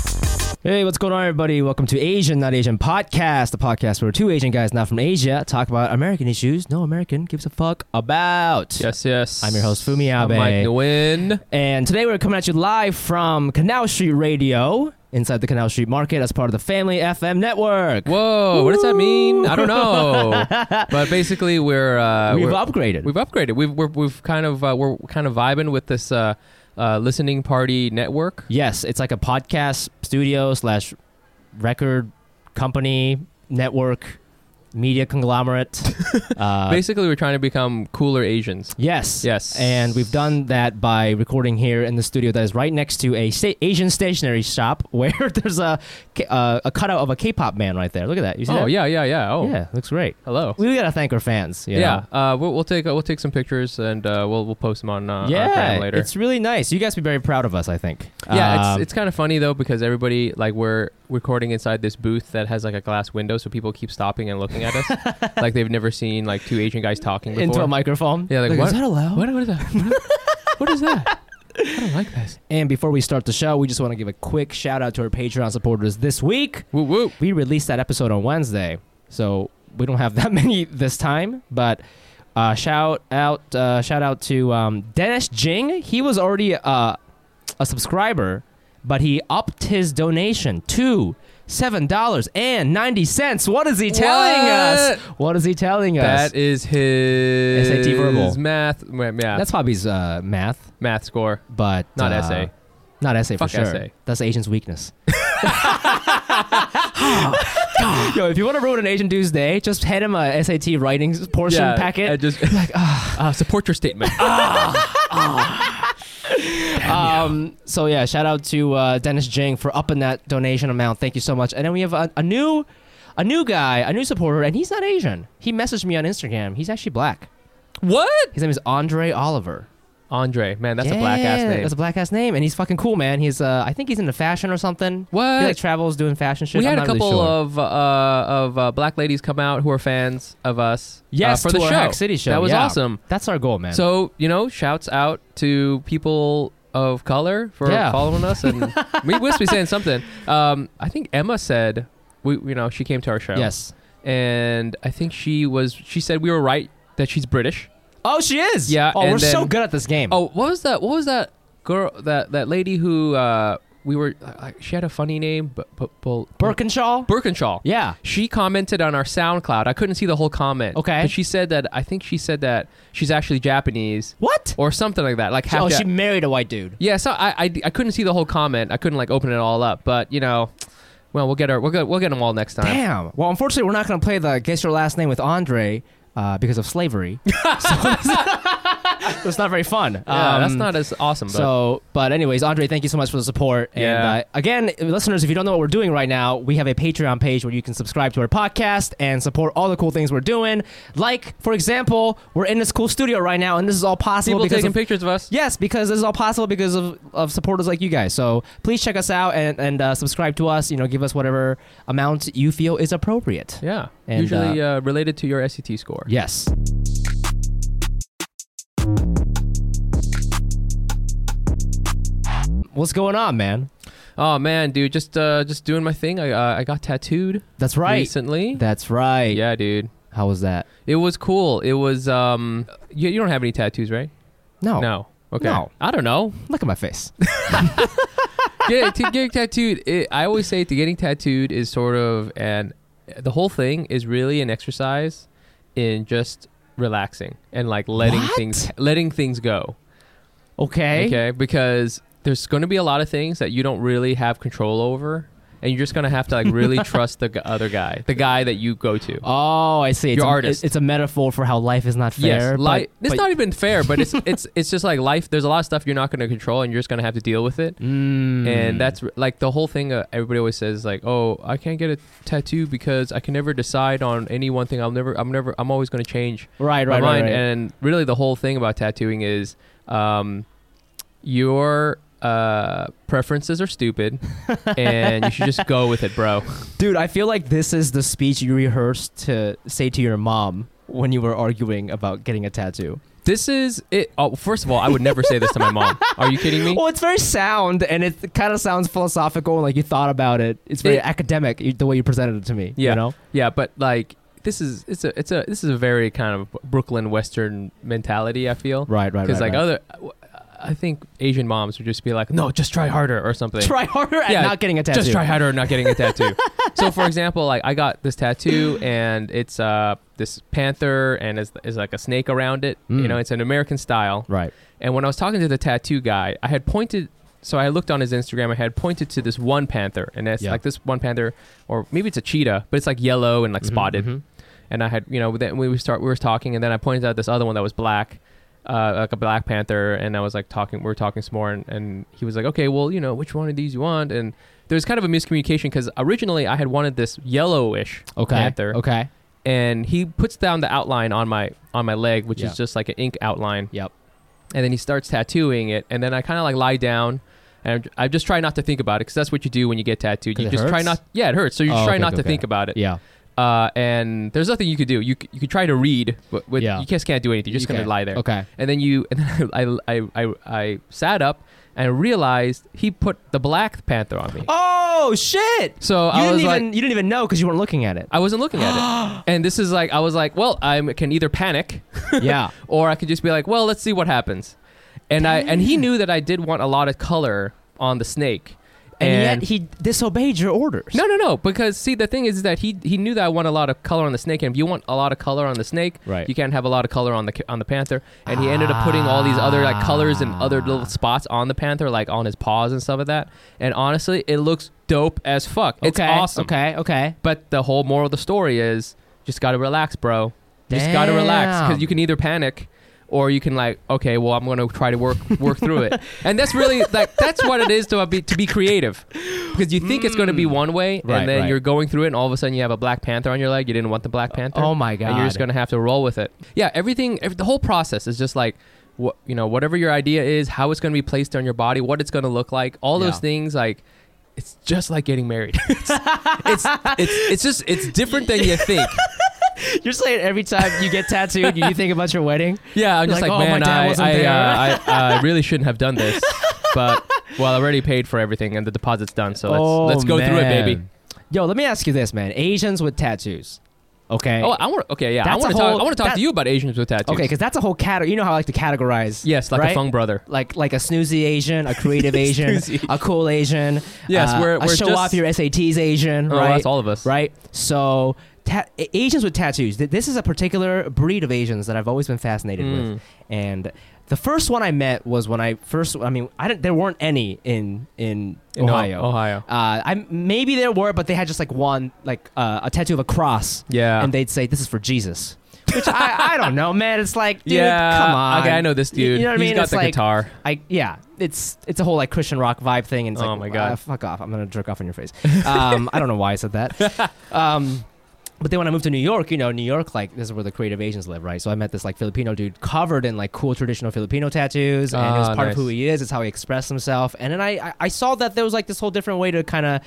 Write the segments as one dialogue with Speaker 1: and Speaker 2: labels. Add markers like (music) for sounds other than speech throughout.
Speaker 1: Hey, what's going on, everybody? Welcome to Asian Not Asian Podcast, the podcast where two Asian guys not from Asia talk about American issues no American gives a fuck about.
Speaker 2: Yes, yes.
Speaker 1: I'm your host, Fumi Abe.
Speaker 2: I'm Mike Nguyen.
Speaker 1: And today we're coming at you live from Canal Street Radio inside the Canal Street Market as part of the Family FM Network.
Speaker 2: Whoa, what does that mean? I
Speaker 1: (laughs)
Speaker 2: don't know. but basically, we're uh,
Speaker 1: We've
Speaker 2: we're,
Speaker 1: upgraded.
Speaker 2: we've upgraded. We've we're, we've kind of uh, we're kind of vibing with this uh, uh, listening party network.
Speaker 1: yes, it's like a podcast studio slash record company network media
Speaker 2: (laughs)
Speaker 1: conglomerate. uh,
Speaker 2: basically, we're trying to become cooler Asians.
Speaker 1: Yes.
Speaker 2: Yes.
Speaker 1: And we've done that by recording here in the studio that is right next to a sta- Asian stationery shop (laughs) where there's a K- uh, a cutout of a K-pop man right there. Look at that. You see
Speaker 2: Oh
Speaker 1: that?
Speaker 2: yeah, yeah, yeah. Oh
Speaker 1: Yeah, looks great.
Speaker 2: hello.
Speaker 1: We gotta thank our fans. you
Speaker 2: Yeah,
Speaker 1: know?
Speaker 2: uh, we'll, we'll take we'll take some pictures and uh, we'll we'll post them on uh, our
Speaker 1: yeah.
Speaker 2: gram later.
Speaker 1: It's really nice. You guys be very proud of us. I think.
Speaker 2: yeah,
Speaker 1: Um,
Speaker 2: it's, it's kind of funny though because everybody like we're recording inside this booth that has like a glass window, so people keep stopping and looking at (laughs) us like they've never seen like two Asian guys talking before.
Speaker 1: into a microphone.
Speaker 2: Yeah, like,
Speaker 1: Is
Speaker 2: what?
Speaker 1: that allowed?
Speaker 2: What, what is that? What, what is that? I don't like this.
Speaker 1: And before we start the show, we just want to give a quick shout out to our Patreon supporters this week.
Speaker 2: Woo woo.
Speaker 1: we released that episode on Wednesday, so we don't have (laughs) that many this time. But uh, shout out, uh, shout out to um, Dennis Jing. He was already uh, a subscriber, but he upped his donation to seven dollars and ninety cents. What is he telling us? What is he telling us?
Speaker 2: That is his
Speaker 1: SAT verbal.
Speaker 2: math. wait, Yeah,
Speaker 1: That's Hobby's uh, math,
Speaker 2: math score.
Speaker 1: but
Speaker 2: Not
Speaker 1: uh,
Speaker 2: essay.
Speaker 1: Not essay
Speaker 2: Fuck
Speaker 1: for sure.
Speaker 2: essay.
Speaker 1: That's Asian's (laughs) weakness. Oh, Yo, if you want to ruin an Asian dude's day, just hand him a SAT writing portion
Speaker 2: yeah,
Speaker 1: packet.
Speaker 2: I just (laughs) like uh, support your statement.
Speaker 1: Um, so yeah, shout out to uh, Dennis Jing for upping that donation amount. Thank you so much. And then we have a, a new, a new guy, a new supporter, and he's not Asian. He messaged me on Instagram. He's actually black.
Speaker 2: what?
Speaker 1: His name is Andre Oliver.
Speaker 2: Andre, man, that's a black ass
Speaker 1: Yeah,
Speaker 2: name.
Speaker 1: That's a black ass name, and he's fucking cool, man. He's uh, I think he's into fashion or something.
Speaker 2: What?
Speaker 1: He like travels doing fashion shit.
Speaker 2: Uh, we
Speaker 1: I'm
Speaker 2: had a
Speaker 1: not really
Speaker 2: couple
Speaker 1: sure.
Speaker 2: of uh, of uh, black ladies come out who are fans of us. uh,
Speaker 1: yes
Speaker 2: for
Speaker 1: to
Speaker 2: the
Speaker 1: our
Speaker 2: show.
Speaker 1: Hack City show.
Speaker 2: That was
Speaker 1: yeah.
Speaker 2: awesome.
Speaker 1: That's our goal, man.
Speaker 2: So you know, shouts out to people of color for
Speaker 1: Yeah.
Speaker 2: following
Speaker 1: (laughs)
Speaker 2: us, and we must be saying something. Um, I think Emma said we, you know, she came to our show.
Speaker 1: yes.
Speaker 2: and I think she was. She said we were right that she's British.
Speaker 1: Oh, she is.
Speaker 2: Yeah,
Speaker 1: Oh,
Speaker 2: and
Speaker 1: we're so
Speaker 2: then-
Speaker 1: good at this game.
Speaker 2: Oh, what was that? What was that girl? That that lady who uh, we were. Uh, she had a funny name, but but, but
Speaker 1: Birkinshaw.
Speaker 2: Birkinshaw.
Speaker 1: yeah.
Speaker 2: She commented on our SoundCloud. I couldn't see the whole comment.
Speaker 1: Okay.
Speaker 2: But she said that I think she said that she's actually Japanese
Speaker 1: What?
Speaker 2: or something like that. Like half.
Speaker 1: Oh,
Speaker 2: Ja-
Speaker 1: she married a white dude.
Speaker 2: yeah. So I, I I couldn't see the whole comment. I couldn't like open it all up. But you know, well we'll get her. We'll get we'll get them all next time.
Speaker 1: Damn. Well, unfortunately, we're not going to play the guess your last name with Andre uh, because of
Speaker 2: (laughs)
Speaker 1: slavery. so (laughs) it's, it's not very fun.
Speaker 2: Yeah, that's
Speaker 1: Um,
Speaker 2: not as awesome. But
Speaker 1: So, but anyways, Andre, thank you so much for the support. And
Speaker 2: Yeah.
Speaker 1: uh, again, listeners, if you don't know what we're doing right now, we have a Patreon page where you can subscribe to our podcast and support all the cool things we're doing. Like, for example, we're in this cool studio right now, and this is all possible
Speaker 2: people
Speaker 1: because
Speaker 2: taking
Speaker 1: of-
Speaker 2: pictures of us.
Speaker 1: Yes, because this is all possible because of, of supporters like you guys. So please check us out and, and uh, subscribe to us. You know, give us whatever amount you feel is appropriate.
Speaker 2: Yeah.
Speaker 1: And,
Speaker 2: Usually uh, related to your SAT score.
Speaker 1: Yes. What's going on, man?
Speaker 2: Oh man, dude, just uh, just doing my thing. I uh, I got tattooed
Speaker 1: That's right.
Speaker 2: recently.
Speaker 1: That's right.
Speaker 2: yeah, dude.
Speaker 1: How was that?
Speaker 2: It was cool. It was um. You, you don't have any tattoos, right?
Speaker 1: No.
Speaker 2: No. Okay.
Speaker 1: No.
Speaker 2: I don't know. (laughs)
Speaker 1: Look at my face.
Speaker 2: Get, to getting tattooed, it, I always say to getting tattooed is sort of an the whole thing is really an exercise in just relaxing and like letting
Speaker 1: What?
Speaker 2: things letting things go.
Speaker 1: Okay.
Speaker 2: Okay, because there's going to be a lot of things that you don't really have control over, and you're just going to have to like
Speaker 1: (laughs)
Speaker 2: really trust the g- other guy, the guy that you go to.
Speaker 1: Oh, I see. It's
Speaker 2: You're
Speaker 1: a,
Speaker 2: artist.
Speaker 1: It's a metaphor for how life is not fair.
Speaker 2: yes,
Speaker 1: but-
Speaker 2: life.
Speaker 1: but,
Speaker 2: It's not even fair, but it's it's it's just like life. There's a lot of stuff you're not going to control, and you're just going to have to deal with it.
Speaker 1: Mm.
Speaker 2: and that's r- like the whole thing uh, everybody always says like oh i can't get a tattoo because i can never decide on any one thing i'm never i'm never i'm always going to change
Speaker 1: right,
Speaker 2: my
Speaker 1: right, right,
Speaker 2: mind
Speaker 1: right.
Speaker 2: and really the whole thing about tattooing is um your uh, preferences are
Speaker 1: (laughs)
Speaker 2: stupid, and you should just go with it, bro.
Speaker 1: Dude, I feel like this is the speech you rehearsed to say to your mom when you were arguing about getting a tattoo.
Speaker 2: This is it. Oh, first of all, I would never say this to
Speaker 1: (laughs)
Speaker 2: my mom. Are you kidding me?
Speaker 1: Well, it's very sound and it kind of sounds philosophical and like you thought about it. It's very
Speaker 2: It-
Speaker 1: academic you- the way you presented it to me.
Speaker 2: Yeah.
Speaker 1: You know?
Speaker 2: Yeah, but like this is it's a it's a this is a very kind of Brooklyn Western mentality. I feel
Speaker 1: Right, right, right.
Speaker 2: because like
Speaker 1: right.
Speaker 2: other, I think Asian moms would just be like, no, just try harder or something.
Speaker 1: try harder at
Speaker 2: Yeah,
Speaker 1: not getting a tattoo.
Speaker 2: Just try harder at not
Speaker 1: (laughs)
Speaker 2: getting a tattoo. so, for example, like I got this tattoo, and it's uh this panther, and is is like a snake around it. You
Speaker 1: Mm.
Speaker 2: know, it's an American style.
Speaker 1: Right.
Speaker 2: And when I was talking to the tattoo guy, I had pointed. So I looked on his Instagram. I had pointed to this one panther, and it's
Speaker 1: Yeah.
Speaker 2: like this one panther, or maybe it's a cheetah, but it's like yellow and like spotted.
Speaker 1: Mhm.
Speaker 2: And I had, you know, then we would start. We were talking, and then I pointed out this other one that was black, uh, like a black panther. And I was like talking. We were talking some more, and, and he was like, "Okay, well, you know, which one of these you want?" And there was kind of a miscommunication because originally I had wanted this yellowish
Speaker 1: Okay.
Speaker 2: panther,
Speaker 1: Okay.
Speaker 2: and he puts down the outline on my on my leg, which
Speaker 1: Yeah.
Speaker 2: is just like an ink outline
Speaker 1: Yep.
Speaker 2: and then he starts tattooing it and then i kind of like lie down and i just try not to think about it because that's what you do when you get tattooed
Speaker 1: 'Cause
Speaker 2: you
Speaker 1: it
Speaker 2: just try
Speaker 1: hurts?
Speaker 2: not yeah it hurts so you
Speaker 1: Oh,
Speaker 2: just try
Speaker 1: okay,
Speaker 2: not
Speaker 1: okay,
Speaker 2: to
Speaker 1: okay.
Speaker 2: think about it
Speaker 1: Yeah.
Speaker 2: uh, and there's nothing you could do you, c- you could try to read but with,
Speaker 1: Yeah.
Speaker 2: you just can't do anything you're just
Speaker 1: Okay.
Speaker 2: gonna lie there
Speaker 1: Okay.
Speaker 2: and then you (laughs) and then I, I, I, I sat up and realized he put the black panther on me
Speaker 1: Oh shit!
Speaker 2: so
Speaker 1: you
Speaker 2: i
Speaker 1: didn't
Speaker 2: was like
Speaker 1: even you didn't even know because you weren't looking
Speaker 2: (laughs)
Speaker 1: at it.
Speaker 2: i wasn't looking at
Speaker 1: (gasps)
Speaker 2: it and this is like i was like well i can either panic
Speaker 1: yeah.
Speaker 2: or I could just be like, well, let's see what happens. And I and he knew that I did want a lot of color on the snake.
Speaker 1: And, yet he disobeyed your orders.
Speaker 2: no, no, no. Because see, the thing is, that he he knew that I want a lot of color on the snake, and if you want a lot of color on the snake,
Speaker 1: Right.
Speaker 2: you can't have a lot of color on the on the panther. And he ended up putting all these other like colors and
Speaker 1: Ah.
Speaker 2: other little spots on the panther, like on his paws and stuff like that. And honestly, it looks dope as fuck. It's
Speaker 1: okay.
Speaker 2: awesome.
Speaker 1: Okay. Okay.
Speaker 2: But the whole moral of the story is just gotta relax, bro. Just gotta relax because
Speaker 1: Damn.
Speaker 2: you can either panic or you can like, okay, well, I'm gonna try to work work through
Speaker 1: (laughs)
Speaker 2: it. And that's really like that's what it is to be to be creative because you think it's gonna be one way
Speaker 1: Mm. Right,
Speaker 2: and then
Speaker 1: right.
Speaker 2: you're going through it and all of a sudden you have a black panther on your leg. You didn't want the black panther.
Speaker 1: Oh my god.
Speaker 2: And you're just gonna have to roll with it. Yeah, everything. ev the whole process is just like, what you know, whatever your idea is, how it's gonna be placed on your body, what it's gonna look like, all
Speaker 1: Yeah.
Speaker 2: those things. Like, it's just like getting married. (laughs) it's, it's it's it's just it's different than you
Speaker 1: (laughs)
Speaker 2: think.
Speaker 1: (laughs) You're saying every time you
Speaker 2: (laughs)
Speaker 1: get tattooed, you think about your wedding.
Speaker 2: Yeah, I'm just
Speaker 1: Like,
Speaker 2: like,
Speaker 1: "Oh, my
Speaker 2: man,
Speaker 1: dad
Speaker 2: I
Speaker 1: wasn't
Speaker 2: I,
Speaker 1: there."
Speaker 2: uh, I I really shouldn't have
Speaker 1: (laughs)
Speaker 2: done this, but well, I already paid for everything and the deposit's done, so let's
Speaker 1: Oh,
Speaker 2: let's go through it, baby.
Speaker 1: man. Yo, let me ask you this, man. Asians with tattoos. Okay.
Speaker 2: Oh, I want okay, yeah, I
Speaker 1: That's a
Speaker 2: want to talk.
Speaker 1: whole-
Speaker 2: I want to talk
Speaker 1: that-
Speaker 2: to you about Asians with tattoos.
Speaker 1: okay, because that's a whole category. You know how I like to categorize.
Speaker 2: yes, like
Speaker 1: right?
Speaker 2: a Fung brother.
Speaker 1: Like like a snoozy Asian,
Speaker 2: (laughs)
Speaker 1: a creative Asian,
Speaker 2: Snoozy.
Speaker 1: a cool Asian.
Speaker 2: Yes,
Speaker 1: uh,
Speaker 2: we're-
Speaker 1: a
Speaker 2: we're
Speaker 1: show
Speaker 2: just-
Speaker 1: off your SATs Asian,
Speaker 2: Oh,
Speaker 1: right?
Speaker 2: that's all of us.
Speaker 1: Right. So ta- A- Asians with tattoos. Th- This is a particular breed of Asians that I've always been fascinated
Speaker 2: Mm.
Speaker 1: with. And the first one I met was when I first. I mean, I didn't. There weren't any in in
Speaker 2: In
Speaker 1: Ohio.
Speaker 2: Ohio.
Speaker 1: Uh, I maybe there were, but they had just like one, like uh, a tattoo of a cross,
Speaker 2: Yeah.
Speaker 1: and they'd say, "This is for Jesus." Which I, I don't know, man. It's like, dude,
Speaker 2: yeah,
Speaker 1: come on.
Speaker 2: Okay, I know this
Speaker 1: You-
Speaker 2: dude.
Speaker 1: You know what I
Speaker 2: He's
Speaker 1: mean?
Speaker 2: got
Speaker 1: it's
Speaker 2: the
Speaker 1: like,
Speaker 2: guitar.
Speaker 1: I yeah, it's it's a whole like Christian rock vibe thing, and it's
Speaker 2: Oh
Speaker 1: like,
Speaker 2: my God.
Speaker 1: uh, fuck off! I'm gonna jerk off in your face. Um, I don't know why I said
Speaker 2: (laughs)
Speaker 1: that. Um, but then when I moved to New York, you know, New York like this is where the creative Asians live, right? So I met this like Filipino dude covered in like cool traditional Filipino tattoos, and it's
Speaker 2: Ah,
Speaker 1: part of who
Speaker 2: nice.
Speaker 1: he is. It's how he expressed himself, and then I I, I saw that there was like this whole different way to kind of.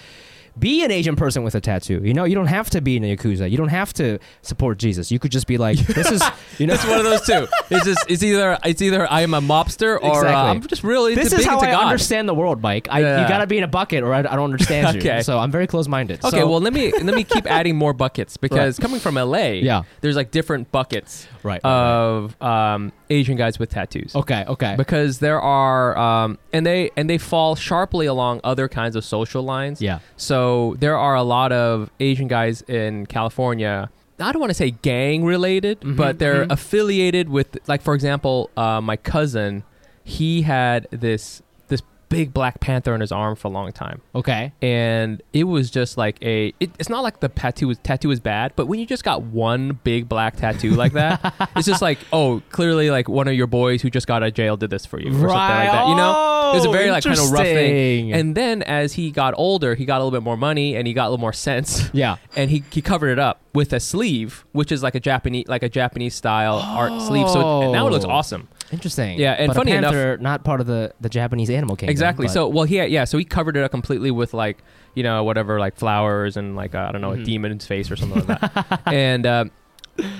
Speaker 1: Be an Asian person with a tattoo. You know, you don't have to be in a yakuza. You don't have to support Jesus. You could just be like, this is, you know,
Speaker 2: It's one of those two. It's just it's either it's either I am a mobster or
Speaker 1: Exactly.
Speaker 2: uh, I'm just really
Speaker 1: this
Speaker 2: into,
Speaker 1: is
Speaker 2: big
Speaker 1: how
Speaker 2: into
Speaker 1: I
Speaker 2: God.
Speaker 1: understand the world, Mike. I, You
Speaker 2: Yeah.
Speaker 1: gotta be in a bucket, or I, I don't understand you.
Speaker 2: (laughs) Okay.
Speaker 1: So I'm very close-minded.
Speaker 2: Okay,
Speaker 1: So-
Speaker 2: well let me let me
Speaker 1: (laughs)
Speaker 2: keep adding more buckets because coming from LA,
Speaker 1: Yeah.
Speaker 2: there's like different buckets
Speaker 1: right. right.
Speaker 2: of um, Asian guys with tattoos.
Speaker 1: okay, okay.
Speaker 2: Because there are um, and they and they fall sharply along other kinds of social lines.
Speaker 1: yeah,
Speaker 2: So there are a lot of Asian guys in California. I don't want to say gang related, but they're
Speaker 1: mhm.
Speaker 2: affiliated with, like for example, uh, my cousin. He had this this big black panther on his arm for a long time,
Speaker 1: okay.
Speaker 2: and it was just like a. It, it's not like the tattoo was tattoo is bad, but when you just got one big black tattoo like that, it's just like oh, clearly like one of your boys who just got out of jail did this for you, or something like that. You know, it was a very like kind of rough thing.
Speaker 1: And
Speaker 2: And then as he got older, he got a little bit more money and he got a little more sense. (laughs)
Speaker 1: yeah,
Speaker 2: And he, he covered it up with a sleeve, which is like a Japanese like a Japanese style art sleeve. So it- and now it looks
Speaker 1: Oh.
Speaker 2: awesome.
Speaker 1: Interesting.
Speaker 2: Yeah, and
Speaker 1: But a
Speaker 2: funny enough-
Speaker 1: panther, not part of the, the Japanese animal kingdom.
Speaker 2: Exactly.
Speaker 1: but-
Speaker 2: So well, he yeah. So he covered it up completely with like you know whatever like flowers and like uh, I don't know
Speaker 1: Mhm.
Speaker 2: a demon's face or something
Speaker 1: (laughs)
Speaker 2: like that. And um,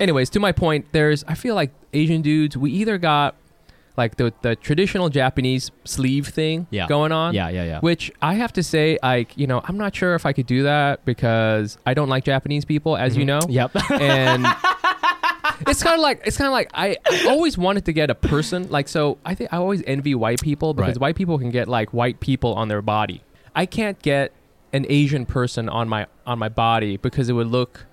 Speaker 2: anyways, to my point, there's I feel like Asian dudes. We either got like the the traditional Japanese sleeve thing
Speaker 1: Yeah.
Speaker 2: going on.
Speaker 1: yeah, yeah, yeah.
Speaker 2: Which I have to say, like you know, I'm not sure if I could do that because I don't like Japanese people, as you know
Speaker 1: Mm-hmm. (laughs)
Speaker 2: (laughs)
Speaker 1: Yep.
Speaker 2: and it's kind of like it's kind of like I, I always wanted to get a person like so I think I always envy white people because
Speaker 1: Right.
Speaker 2: white people can get like white people on their body. I can't get an Asian person on my on my body because it would look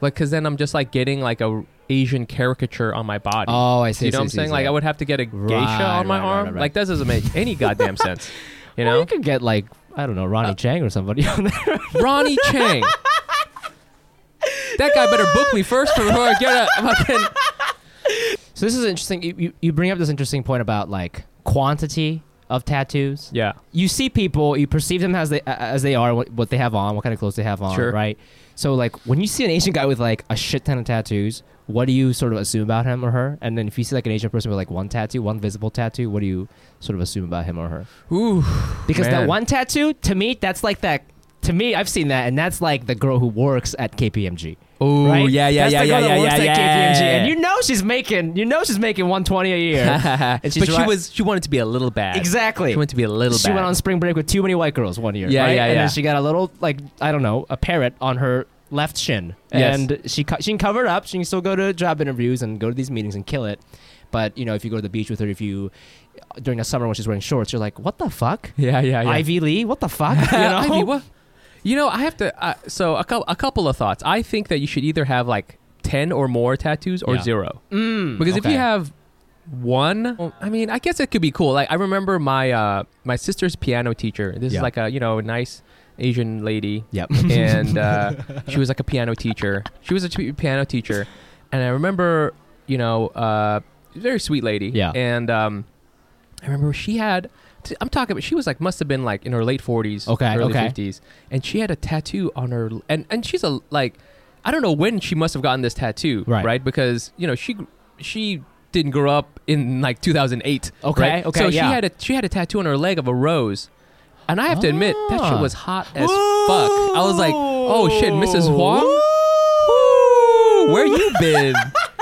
Speaker 2: like because then I'm just like getting like a Asian caricature on my body.
Speaker 1: oh, I see. see,
Speaker 2: you know what I'm
Speaker 1: see,
Speaker 2: saying?
Speaker 1: see.
Speaker 2: Like I would have to get a geisha
Speaker 1: Right,
Speaker 2: on my
Speaker 1: right, right,
Speaker 2: arm.
Speaker 1: right, right.
Speaker 2: Like that doesn't make
Speaker 1: (laughs)
Speaker 2: any goddamn sense. You know, Uh,
Speaker 1: Well, you could get like I don't know Ronnie Chang or somebody (laughs) on there.
Speaker 2: Ronnie Chang. That guy better book me first before I get a fucking
Speaker 1: So this is interesting. You, you you bring up this interesting point about like quantity of tattoos.
Speaker 2: yeah.
Speaker 1: You see people, you perceive them as they as they are, what, what they have on, what kind of clothes they have on,
Speaker 2: Sure.
Speaker 1: right? So like when you see an Asian guy with like a shit ton of tattoos, what do you sort of assume about him or her? And then if you see like an Asian person with like one tattoo, one visible tattoo, what do you sort of assume about him or her?
Speaker 2: Ooh.
Speaker 1: Because that
Speaker 2: Man.
Speaker 1: one tattoo, to me, that's like that. To me, I've seen that, and that's like the girl who works at KPMG.
Speaker 2: Oh
Speaker 1: right?
Speaker 2: yeah, yeah,
Speaker 1: That's
Speaker 2: yeah,
Speaker 1: the
Speaker 2: yeah,
Speaker 1: girl
Speaker 2: yeah,
Speaker 1: that
Speaker 2: yeah,
Speaker 1: works at
Speaker 2: yeah,
Speaker 1: KPMG, and you know she's making, you know she's making 120 a
Speaker 2: (laughs)
Speaker 1: year.
Speaker 2: and
Speaker 1: And
Speaker 2: she's
Speaker 1: she's
Speaker 2: but she
Speaker 1: right-
Speaker 2: was she wanted to be a little bad.
Speaker 1: exactly.
Speaker 2: She wanted to be a little
Speaker 1: She
Speaker 2: bad.
Speaker 1: went on spring break with too many white girls one year.
Speaker 2: Yeah,
Speaker 1: right?
Speaker 2: yeah,
Speaker 1: And
Speaker 2: yeah.
Speaker 1: then she got a little like I don't know, a parrot on her left shin,
Speaker 2: Yes.
Speaker 1: and she co- she can cover it up. She can still go to job interviews and go to these meetings and kill it. But you know, if you go to the beach with her, if you during the summer when she's wearing shorts, you're like, what the fuck,
Speaker 2: (laughs) yeah, Oh, yeah, yeah. (laughs)
Speaker 1: Ivy Lee? What the fuck? You know?
Speaker 2: Ivy, what? You know, I have to. Uh, so a, cou- a couple of thoughts. I think that you should either have like ten or more tattoos or
Speaker 1: Yeah.
Speaker 2: zero.
Speaker 1: Mm,
Speaker 2: Because if
Speaker 1: okay.
Speaker 2: you have one, well, I mean, I guess it could be cool. Like I remember my uh, my sister's piano teacher. This
Speaker 1: Yeah.
Speaker 2: is like a you know a nice Asian lady. (laughs)
Speaker 1: Yep. (laughs)
Speaker 2: and uh, she was like a piano teacher. She was a t- piano teacher, and I remember, you know, uh, very sweet lady.
Speaker 1: Yeah.
Speaker 2: And um, I remember she had. T- I'm talking about. She was like must have been like in her late 40s,
Speaker 1: Okay,
Speaker 2: early
Speaker 1: okay.
Speaker 2: 50s, and she had a tattoo on her. And and she's a like, I don't know when she must have gotten this tattoo,
Speaker 1: Right.
Speaker 2: Because you know she gr- she didn't grow up in like 2008.
Speaker 1: Okay,
Speaker 2: right?
Speaker 1: okay,
Speaker 2: So
Speaker 1: yeah.
Speaker 2: she had a she had a tattoo on her leg of a rose. And I have to admit, that shit
Speaker 1: Ah.
Speaker 2: was hot as fuck. I was like, oh shit, Mrs. Huang? Woo! Where you been?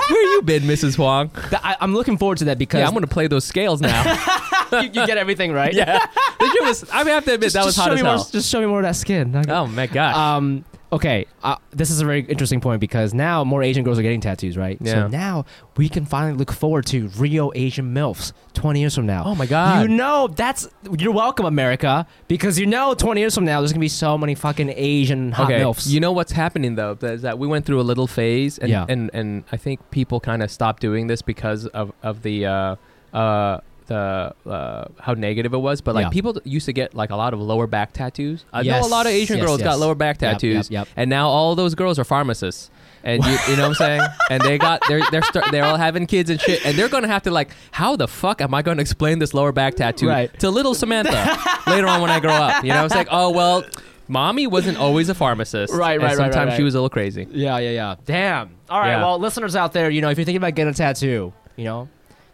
Speaker 2: Where you been, Mrs. Huang?
Speaker 1: (laughs) Th- I, am looking forward to that because
Speaker 2: Yeah, I'm gonna play those scales now.
Speaker 1: (laughs) you, you get everything right.
Speaker 2: (laughs) yeah. That shit was, I have to admit, that was hot
Speaker 1: show
Speaker 2: as
Speaker 1: me more,
Speaker 2: hell.
Speaker 1: Just show me more of that skin.
Speaker 2: Oh my gosh.
Speaker 1: (laughs) Um, okay, uh, this is a very interesting point because now more Asian girls are getting tattoos, right?
Speaker 2: Yeah.
Speaker 1: So now we can finally look forward to Rio Asian MILFs 20 years from now.
Speaker 2: oh my god.
Speaker 1: You know, that's you're welcome, America, because you know, 20 years from now, there's gonna be so many fucking Asian hot
Speaker 2: okay.
Speaker 1: milfs.
Speaker 2: You know what's happening though that- is that we went through a little phase, and
Speaker 1: Yeah.
Speaker 2: and, and I think people kind of stopped doing this because of of the. Uh, uh, the uh, how negative it was, but like
Speaker 1: Yeah.
Speaker 2: people used to get like a lot of lower back tattoos. I know a
Speaker 1: Yes,
Speaker 2: lot of Asian
Speaker 1: yes,
Speaker 2: girls
Speaker 1: yes.
Speaker 2: got lower back
Speaker 1: Yep,
Speaker 2: tattoos,
Speaker 1: yep, yep.
Speaker 2: and now all those girls are pharmacists, and you, you know what
Speaker 1: (laughs)
Speaker 2: I'm saying? And they got they're they're start, they're all having kids and shit, and they're gonna have to like, how the fuck am I gonna explain this lower back tattoo
Speaker 1: Right.
Speaker 2: to little Samantha later on when I grow up? You know, it's like, oh well, mommy wasn't always a pharmacist,
Speaker 1: Right,
Speaker 2: and
Speaker 1: right, right,
Speaker 2: Sometimes
Speaker 1: right, right.
Speaker 2: she was a little crazy.
Speaker 1: Yeah, yeah, yeah. Damn. All right.
Speaker 2: Yeah.
Speaker 1: Well, listeners out there, you know, if you're thinking about getting a tattoo, you know,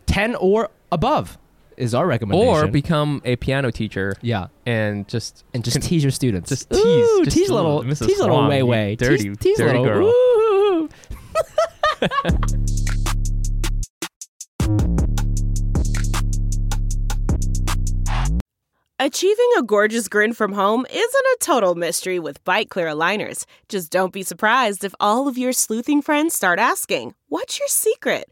Speaker 1: 10 or above is our recommendation.
Speaker 2: Or become a piano teacher
Speaker 1: yeah.
Speaker 2: and just
Speaker 1: and just
Speaker 2: Can-
Speaker 1: tease your students.
Speaker 2: just
Speaker 1: Ooh,
Speaker 2: tease- just
Speaker 1: tease
Speaker 2: a
Speaker 1: little,
Speaker 2: little- Mrs.
Speaker 1: tease little
Speaker 2: Huang,
Speaker 1: way
Speaker 2: you
Speaker 1: way,
Speaker 2: dirty-
Speaker 1: tease, tease
Speaker 2: dirty
Speaker 1: little.
Speaker 2: girl.
Speaker 1: Ooh.
Speaker 3: Achieving a gorgeous grin from home isn't a total mystery with bite clear aligners. Just don't be surprised if all of your sleuthing friends start asking, What's your secret?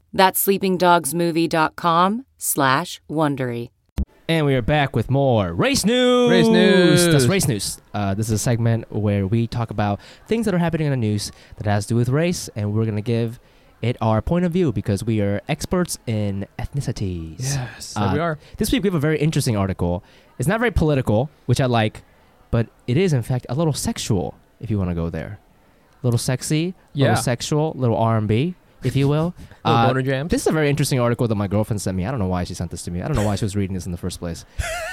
Speaker 4: That's sleepingdogsmovie.com slash Wondery.
Speaker 1: And we are back with more race news.
Speaker 2: Race news.
Speaker 1: That's race news. Uh, this is a segment where we talk about things that are happening in the news that has to do with race, and we're gonna give it our point of view because we are experts in ethnicities.
Speaker 2: Yes,
Speaker 1: Uh,
Speaker 2: there we are.
Speaker 1: This week we have a very interesting article. It's not very political, which I like, but it is in fact a little sexual. If you want to go there, little sexy,
Speaker 2: Yeah.
Speaker 1: little sexual, little R and B, if you
Speaker 2: (laughs)
Speaker 1: will.
Speaker 2: Little
Speaker 1: Uh,
Speaker 2: boner
Speaker 1: (laughs)
Speaker 2: jams.
Speaker 1: this is a very interesting article that my girlfriend sent me. I don't know why she sent this to me. I don't know why she was reading this in the first place.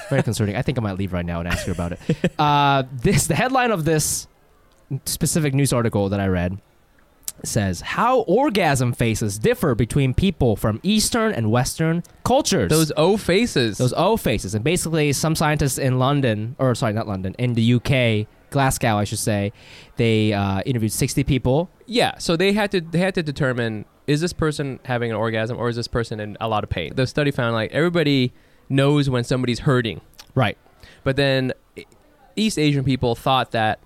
Speaker 1: Very concerning. I think I might leave right now and ask her about
Speaker 2: (laughs)
Speaker 1: it. Uh, this the headline of this specific news article that I read says how orgasm faces differ between people from Eastern and Western cultures.
Speaker 2: Those O faces.
Speaker 1: Those O faces. And basically, some scientists in London, or sorry, not London, in the UK, Glasgow, I should say, they uh, interviewed 60 people.
Speaker 2: Yeah, so they had to they had to determine is this person having an orgasm or is this person in a lot of pain. The study found like everybody knows when somebody's hurting,
Speaker 1: Right.
Speaker 2: but then e- East Asian people thought that